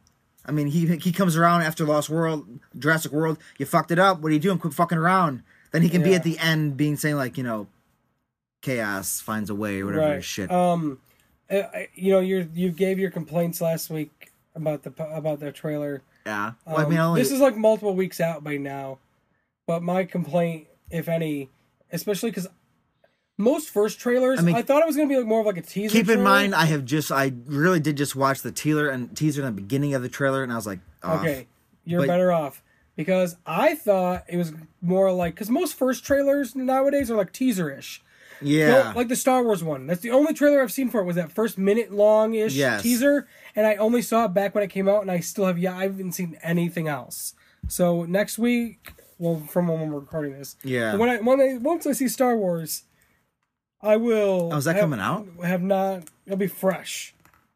Speaker 2: I mean, he he comes around after Lost World, Jurassic World. You fucked it up. What are you doing? Quit fucking around. Then he can be
Speaker 1: Yeah.
Speaker 2: at the end being saying like, you know, chaos finds a way or whatever
Speaker 1: right.
Speaker 2: shit.
Speaker 1: Um, I- I- you know, you you gave your complaints last week about the about the trailer.
Speaker 2: yeah.
Speaker 1: Um,
Speaker 2: Well, I mean, I only,
Speaker 1: this is like multiple weeks out by now, but my complaint, if any, especially because most first trailers, I,
Speaker 2: I mean-
Speaker 1: thought it was gonna be like more of like a teaser.
Speaker 2: keep in
Speaker 1: trailer.
Speaker 2: mind, I have just, I really did just watch the teaser and teaser and the beginning of the trailer, and I was like, oh,
Speaker 1: Okay, you're
Speaker 2: But-
Speaker 1: better off because I thought it was more like because most first trailers nowadays are like teaser-ish,
Speaker 2: yeah.
Speaker 1: Well, like the Star Wars one. That's the only trailer I've seen for it was that first minute long-ish
Speaker 2: Yes.
Speaker 1: teaser, and I only saw it back when it came out, and I still have yeah I haven't seen anything else. So next week, well, from when we're recording this,
Speaker 2: Yeah.
Speaker 1: When I when I once I see Star Wars, I will.
Speaker 2: Oh, is that
Speaker 1: have-
Speaker 2: coming out?
Speaker 1: Have not. It'll be fresh.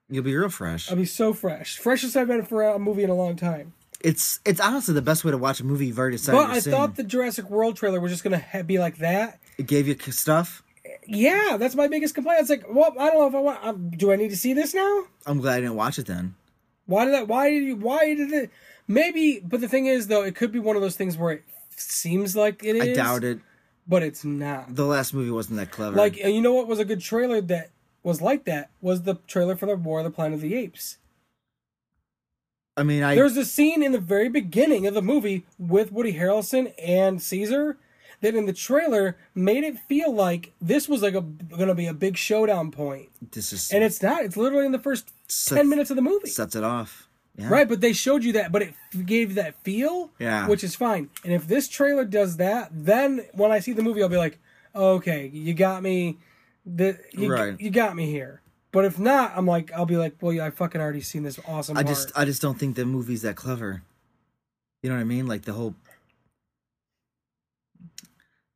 Speaker 2: You'll be real fresh.
Speaker 1: I'll be so fresh, freshest I've been for a movie in a long time.
Speaker 2: It's it's honestly the best way to watch a movie you've already decided
Speaker 1: But
Speaker 2: you're
Speaker 1: I
Speaker 2: seeing.
Speaker 1: thought the Jurassic World trailer was just gonna ha- be like that.
Speaker 2: it gave you k- stuff.
Speaker 1: Yeah, that's my biggest complaint. It's like, well, I don't know if I want. Um, do I need to see this now?
Speaker 2: I'm glad I didn't watch it then.
Speaker 1: Why did that? Why did you? Why did it? Maybe, but the thing is, though, it could be one of those things where it seems like it is.
Speaker 2: I doubt it.
Speaker 1: but it's not.
Speaker 2: The last movie wasn't that clever.
Speaker 1: Like, and you know what was a good trailer that was like that was the trailer for the War of the Planet of the Apes.
Speaker 2: I mean, I
Speaker 1: There's a scene in the very beginning of the movie with Woody Harrelson and Caesar that in the trailer made it feel like this was like a going to be a big showdown point.
Speaker 2: this is
Speaker 1: And it's not. It's literally in the first
Speaker 2: Sets-
Speaker 1: 10 minutes of the movie.
Speaker 2: sets it off. Yeah.
Speaker 1: Right, but they showed you that, but it gave that feel,
Speaker 2: Yeah.
Speaker 1: which is fine. And if this trailer does that, then when I see the movie, I'll be like, okay, you got me, the you,
Speaker 2: Right.
Speaker 1: you got me here. But if not, I'm like, I'll be like, well, yeah, I fucking already seen this awesome.
Speaker 2: I
Speaker 1: part.
Speaker 2: just I just don't think the movie's that clever. You know what I mean? Like the whole.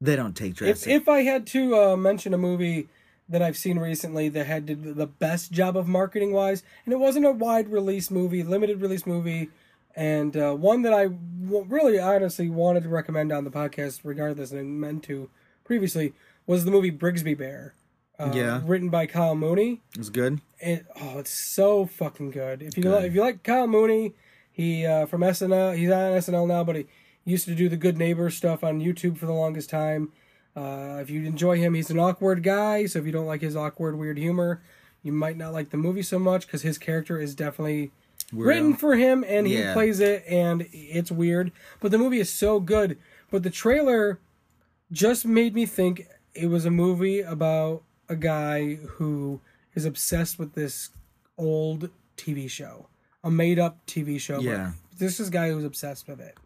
Speaker 2: They don't take
Speaker 1: if,
Speaker 2: Jurassic.
Speaker 1: if I had to uh, mention a movie that I've seen recently that had did the best job of marketing wise, and it wasn't a wide release movie, limited release movie, and uh, one that I w- really honestly wanted to recommend on the podcast, regardless, and I meant to previously, was the movie Brigsby Bear. Uh,
Speaker 2: Yeah.
Speaker 1: Written by Kyle Mooney.
Speaker 2: it's good.
Speaker 1: It, oh, it's so fucking good. If you
Speaker 2: Good.
Speaker 1: Like, if you like Kyle Mooney, he uh, from SNL. He's on SNL now, but he used to do the Good Neighbor stuff on YouTube for the longest time. Uh, if you enjoy him, he's an awkward guy. So if you don't like his awkward, weird humor, you might not like the movie so much because his character is definitely written for him, and he
Speaker 2: Yeah.
Speaker 1: plays it, and it's weird. But the movie is so good. But the trailer just made me think it was a movie about a guy who is obsessed with this old TV show, a made up TV show. but
Speaker 2: Yeah.
Speaker 1: This is a guy who's obsessed with it.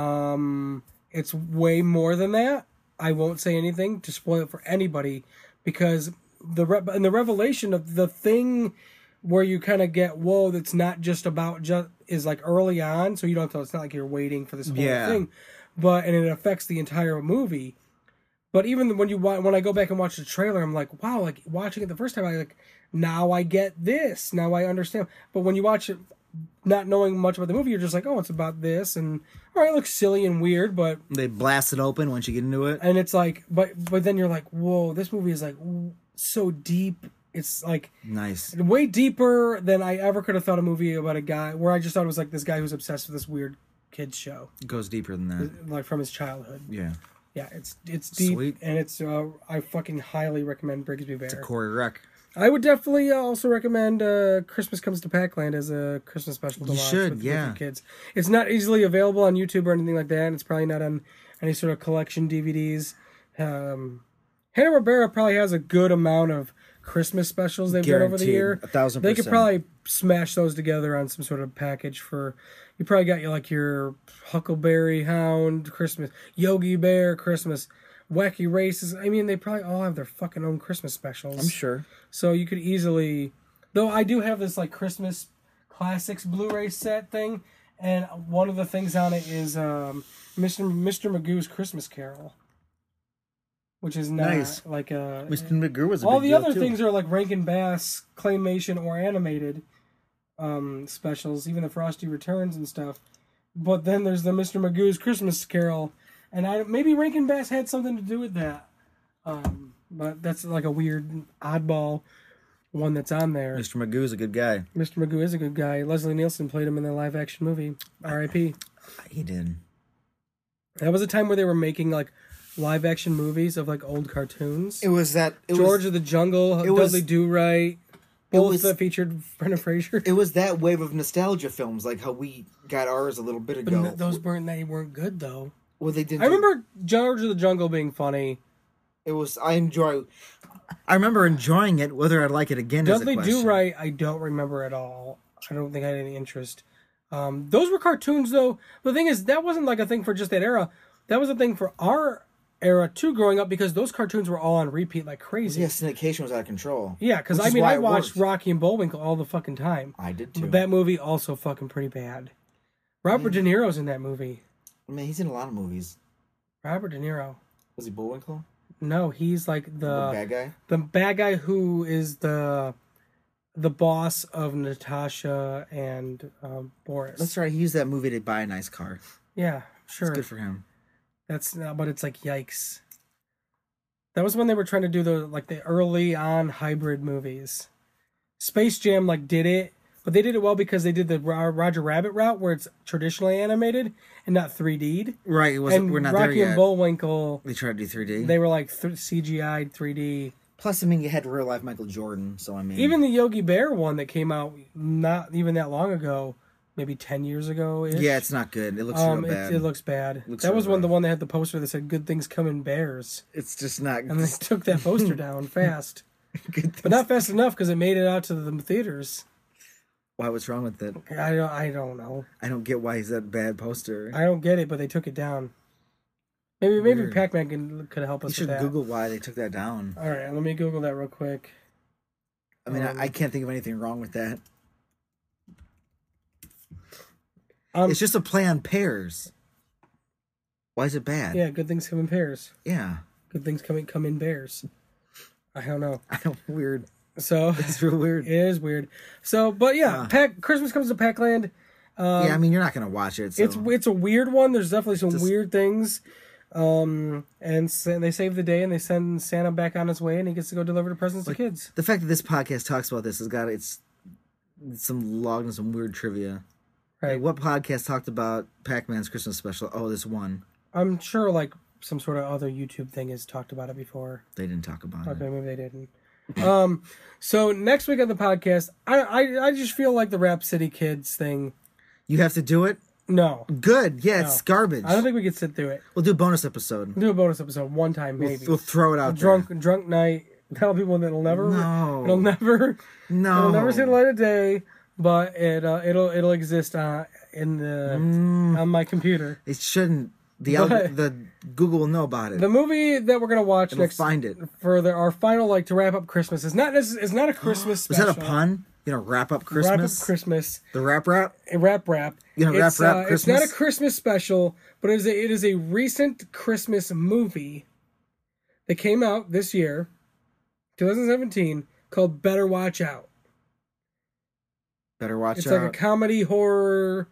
Speaker 1: Um, it's way more than that. I won't say anything to spoil it for anybody because the re- and the revelation of the thing where you kind of get whoa that's not just about just is like early on so you don't have to it's not like you're waiting for this whole
Speaker 2: Yeah.
Speaker 1: thing but and it affects the entire movie but even when you wa- when I go back and watch the trailer, I'm like, wow, like watching it the first time, I like now I get this, now I understand. But when you watch it, not knowing much about the movie, you're just like, oh, it's about this, and all right, it looks silly and weird, but
Speaker 2: They blast it open once you get into it.
Speaker 1: and it's like, but but then you're like, whoa, this movie is like w- so deep. It's like
Speaker 2: Nice.
Speaker 1: way deeper than I ever could have thought a movie about a guy where I just thought it was like this guy who's obsessed with this weird kids show,
Speaker 2: It goes deeper than that.
Speaker 1: like from his childhood.
Speaker 2: Yeah.
Speaker 1: Yeah, it's it's deep
Speaker 2: Sweet.
Speaker 1: and it's uh, I fucking highly recommend Brigsby Bear.
Speaker 2: Corey Ruck.
Speaker 1: I would definitely uh, also recommend uh, Christmas Comes to Packland as a Christmas special to
Speaker 2: You
Speaker 1: watch
Speaker 2: should,
Speaker 1: with, with
Speaker 2: yeah.
Speaker 1: your kids. It's not easily available on YouTube or anything like that, and it's probably not on any sort of collection DVDs. Um, Hanna Barbera probably has a good amount of Christmas specials they've done over the
Speaker 2: Guaranteed.
Speaker 1: year.
Speaker 2: A thousand
Speaker 1: They could
Speaker 2: percent.
Speaker 1: probably smash those together on some sort of package for. You probably got your like your Huckleberry Hound Christmas, Yogi Bear Christmas, Wacky Races. I mean, they probably all have their fucking own Christmas specials.
Speaker 2: I'm sure.
Speaker 1: So you could easily, though I do have this like Christmas classics Blu-ray set thing, and one of the things on it is um, Mr. Mr. Magoo's Christmas Carol, which is not
Speaker 2: Nice.
Speaker 1: like a.
Speaker 4: Mr. McGrew was a
Speaker 1: all
Speaker 4: big
Speaker 1: the
Speaker 4: deal,
Speaker 1: other
Speaker 4: too.
Speaker 1: things are like Rankin Bass claymation or animated um, specials, even the Frosty Returns and stuff. But then there's the Mr. Magoo's Christmas Carol, and I maybe Rankin Bass had something to do with that. Um, but that's like a weird oddball one that's on there.
Speaker 2: Mr. Magoo's a good guy.
Speaker 1: Mr. Magoo is a good guy. Leslie Nielsen played him in the live action movie. R.I.P.
Speaker 2: He did.
Speaker 1: That was a time where they were making like live action movies of like old cartoons.
Speaker 2: It was that it
Speaker 1: George
Speaker 2: Was,
Speaker 1: of the Jungle,
Speaker 2: it was-
Speaker 1: Dudley Do Right. Both
Speaker 2: was-
Speaker 1: that featured Brendan Fraser.
Speaker 2: it was that wave of nostalgia films, like how we got ours a little bit
Speaker 1: But
Speaker 2: ago.
Speaker 1: n- those weren't they weren't good though.
Speaker 2: well, they didn't.
Speaker 1: I remember George of the Jungle being funny.
Speaker 2: it was. I enjoy. I remember enjoying it. Whether I'd like it again is a
Speaker 1: Dudley
Speaker 2: question.
Speaker 1: Do Right, I don't remember at all. I don't think I had any interest. Um, those were cartoons, though. The thing is, that wasn't like a thing for just that era. That was a thing for our era too, growing up, because those cartoons were all on repeat like crazy.
Speaker 2: Yeah, syndication was out of control.
Speaker 1: Yeah, because
Speaker 2: Which
Speaker 1: I
Speaker 2: is
Speaker 1: mean,
Speaker 2: why
Speaker 1: I
Speaker 2: it
Speaker 1: watched
Speaker 2: worked.
Speaker 1: Rocky and Bullwinkle all the fucking time.
Speaker 2: I did too. Mm.
Speaker 1: But that movie also fucking pretty bad. Robert De Niro's in that movie.
Speaker 2: I mean, he's in a lot of movies.
Speaker 1: Robert De Niro.
Speaker 2: Was he Bullwinkle?
Speaker 1: No, he's like
Speaker 2: The
Speaker 1: the
Speaker 2: bad guy.
Speaker 1: the bad guy who is the the boss of Natasha and um, Boris.
Speaker 2: That's right. He used that movie to buy a nice car.
Speaker 1: Yeah,
Speaker 2: It's
Speaker 1: sure.
Speaker 2: good for him.
Speaker 1: That's not, but it's like yikes. That was when they were trying to do the like the early on hybrid movies. Space Jam like did it, but they did it well because they did the Ro- Roger Rabbit route where it's traditionally animated and not 3D.
Speaker 2: Right. It was.
Speaker 1: And
Speaker 2: We're not
Speaker 1: Rocky
Speaker 2: there yet.
Speaker 1: and Bullwinkle,
Speaker 2: they tried to do 3D.
Speaker 1: they were like th- CGI'd 3D.
Speaker 2: Plus, I mean, you had real life Michael Jordan, so I mean,
Speaker 1: Even the Yogi Bear one that came out not even that long ago, maybe 10 years ago.
Speaker 2: yeah, it's not good. It looks
Speaker 1: um,
Speaker 2: real
Speaker 1: it,
Speaker 2: bad.
Speaker 1: it looks bad.
Speaker 2: Looks
Speaker 1: that
Speaker 2: real
Speaker 1: was one
Speaker 2: rough.
Speaker 1: the one that had the poster that said "Good things come in bears,"
Speaker 2: it's just not.
Speaker 1: and they took that poster down fast,
Speaker 2: good
Speaker 1: but not fast enough because it made it out to the theaters.
Speaker 2: Why? What's wrong with it?
Speaker 1: I don't, I don't know.
Speaker 2: I don't get why he's that bad poster.
Speaker 1: I don't get it, but they took it down. Maybe maybe
Speaker 2: Weird.
Speaker 1: Pac Man can could help
Speaker 2: You
Speaker 1: us
Speaker 2: should
Speaker 1: with that.
Speaker 2: Google why they took that down.
Speaker 1: All right, let me Google that real quick.
Speaker 2: I mean,
Speaker 1: Um,
Speaker 2: I, I can't think of anything wrong with that.
Speaker 1: Um,
Speaker 2: it's just a play on pairs. Why is it bad?
Speaker 1: yeah, good things come in pairs.
Speaker 2: Yeah.
Speaker 1: Good things come in, come in bears. I don't know.
Speaker 2: I don't weird.
Speaker 1: So
Speaker 2: It's real weird.
Speaker 1: it is weird. So, but yeah,
Speaker 2: Huh.
Speaker 1: Pac, Christmas comes to Packland. Um,
Speaker 2: yeah, I mean, you're not gonna watch it. So.
Speaker 1: it's it's a weird one. There's definitely some
Speaker 2: Just-
Speaker 1: weird things. Um, and sa- they save the day and they send Santa back on his way and he gets to go deliver the presents to kids.
Speaker 2: the fact that this podcast talks about this has got its some logged in some weird trivia.
Speaker 1: Right.
Speaker 2: Like, what podcast talked about Pac-Man's Christmas special? Oh, this one
Speaker 1: I'm sure like some sort of other YouTube thing has talked about it before.
Speaker 2: they didn't talk about
Speaker 1: Okay,
Speaker 2: it.
Speaker 1: maybe they didn't. Um, so next week on the podcast, I I, I just feel like the Rap City Kids thing.
Speaker 2: You have to do it.
Speaker 1: No,
Speaker 2: Good. Yeah, it's
Speaker 1: No.
Speaker 2: garbage.
Speaker 1: I don't think we could sit through it.
Speaker 2: We'll do a bonus episode.
Speaker 1: We'll do a bonus episode one time
Speaker 2: We'll,
Speaker 1: maybe.
Speaker 2: we'll throw it out.
Speaker 1: drunk drunk night. Tell people that it'll never
Speaker 2: No.
Speaker 1: it'll never
Speaker 2: There. No.
Speaker 1: It'll never
Speaker 2: Oh.
Speaker 1: see the light of day, but it uh, it'll it'll exist uh, in the
Speaker 2: Mm.
Speaker 1: on my computer.
Speaker 2: It shouldn't. The
Speaker 1: But-
Speaker 2: alg- the Google will know about it.
Speaker 1: The movie that we're gonna watch
Speaker 2: It'll
Speaker 1: next
Speaker 2: find it.
Speaker 1: for the, our final like to wrap up Christmas is not necess- it's not a Christmas.
Speaker 2: Was
Speaker 1: special.
Speaker 2: that a pun? You know, wrap up
Speaker 1: Wrap
Speaker 2: Christmas.
Speaker 1: up Christmas.
Speaker 2: the wrap wrap.
Speaker 1: A wrap wrap.
Speaker 2: You know, wrap,
Speaker 1: it's,
Speaker 2: wrap
Speaker 1: uh, It's not a
Speaker 2: Christmas?
Speaker 1: Christmas special, but it is a, it is a recent Christmas movie that came out this year, 2017, called Better Watch Out.
Speaker 2: Better watch
Speaker 1: It's
Speaker 2: out.
Speaker 1: like a comedy horror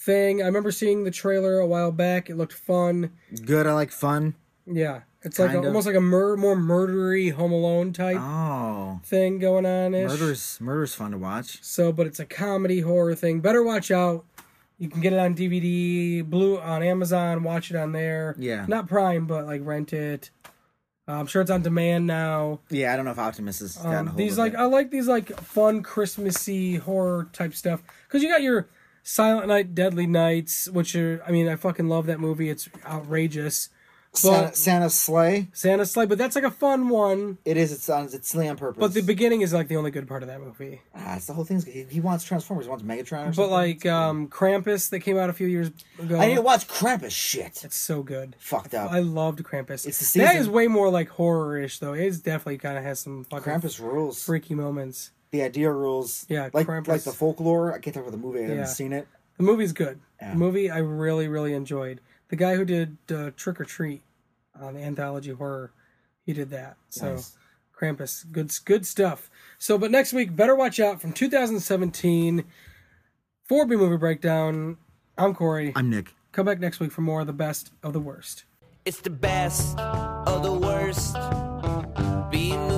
Speaker 1: thing. I remember seeing the trailer a while back. It looked fun.
Speaker 2: Good. I like fun.
Speaker 1: Yeah. It's like a,
Speaker 2: Kind of.
Speaker 1: almost like a mur- more murdery Home Alone type
Speaker 2: Oh,
Speaker 1: thing going on ish.
Speaker 2: murder's murder's fun to watch.
Speaker 1: So, but it's a comedy horror thing. Better watch out. You can get it on DVD, blue on Amazon. Watch it on there.
Speaker 2: Yeah.
Speaker 1: not Prime, but like rent it. Uh, I'm sure it's on demand now.
Speaker 2: Yeah, I don't know if Optimus has gotten
Speaker 1: Um,
Speaker 2: hold
Speaker 1: these
Speaker 2: of
Speaker 1: like
Speaker 2: it.
Speaker 1: I like these like fun Christmassy horror type stuff because you got your Silent Night, Deadly Nights, which are I mean I fucking love that movie. It's outrageous.
Speaker 2: Santa, Santa Sleigh.
Speaker 1: Santa's Sleigh, but that's like a fun one.
Speaker 2: It is. It's on. It's silly on purpose.
Speaker 1: But the beginning is like the only good part of that movie.
Speaker 2: ah, it's the whole thing's. He, he wants Transformers. He wants Megatron. Or
Speaker 1: But
Speaker 2: something.
Speaker 1: like um Krampus that came out a few years ago.
Speaker 2: I need to watch Krampus. Shit,
Speaker 1: It's so good.
Speaker 2: fucked up.
Speaker 1: I loved Krampus.
Speaker 2: It's the
Speaker 1: That
Speaker 2: season.
Speaker 1: is way more like horror-ish though. It's definitely kind of has some fucking
Speaker 2: Krampus rules.
Speaker 1: freaky moments.
Speaker 2: The idea rules.
Speaker 1: Yeah,
Speaker 2: like
Speaker 1: Krampus.
Speaker 2: like the folklore. I can't talk about the movie. I
Speaker 1: Yeah.
Speaker 2: haven't seen it.
Speaker 1: The movie's good.
Speaker 2: Yeah.
Speaker 1: The movie I really really enjoyed. The guy who did uh, Trick or Treat on the anthology horror, he did that. So
Speaker 2: Nice.
Speaker 1: Krampus, good good stuff. So, but next week, better watch out from 2017 for B movie breakdown. I'm Corey.
Speaker 2: I'm Nick.
Speaker 1: Come back next week for more of the best of the worst.
Speaker 3: It's the best of the worst. B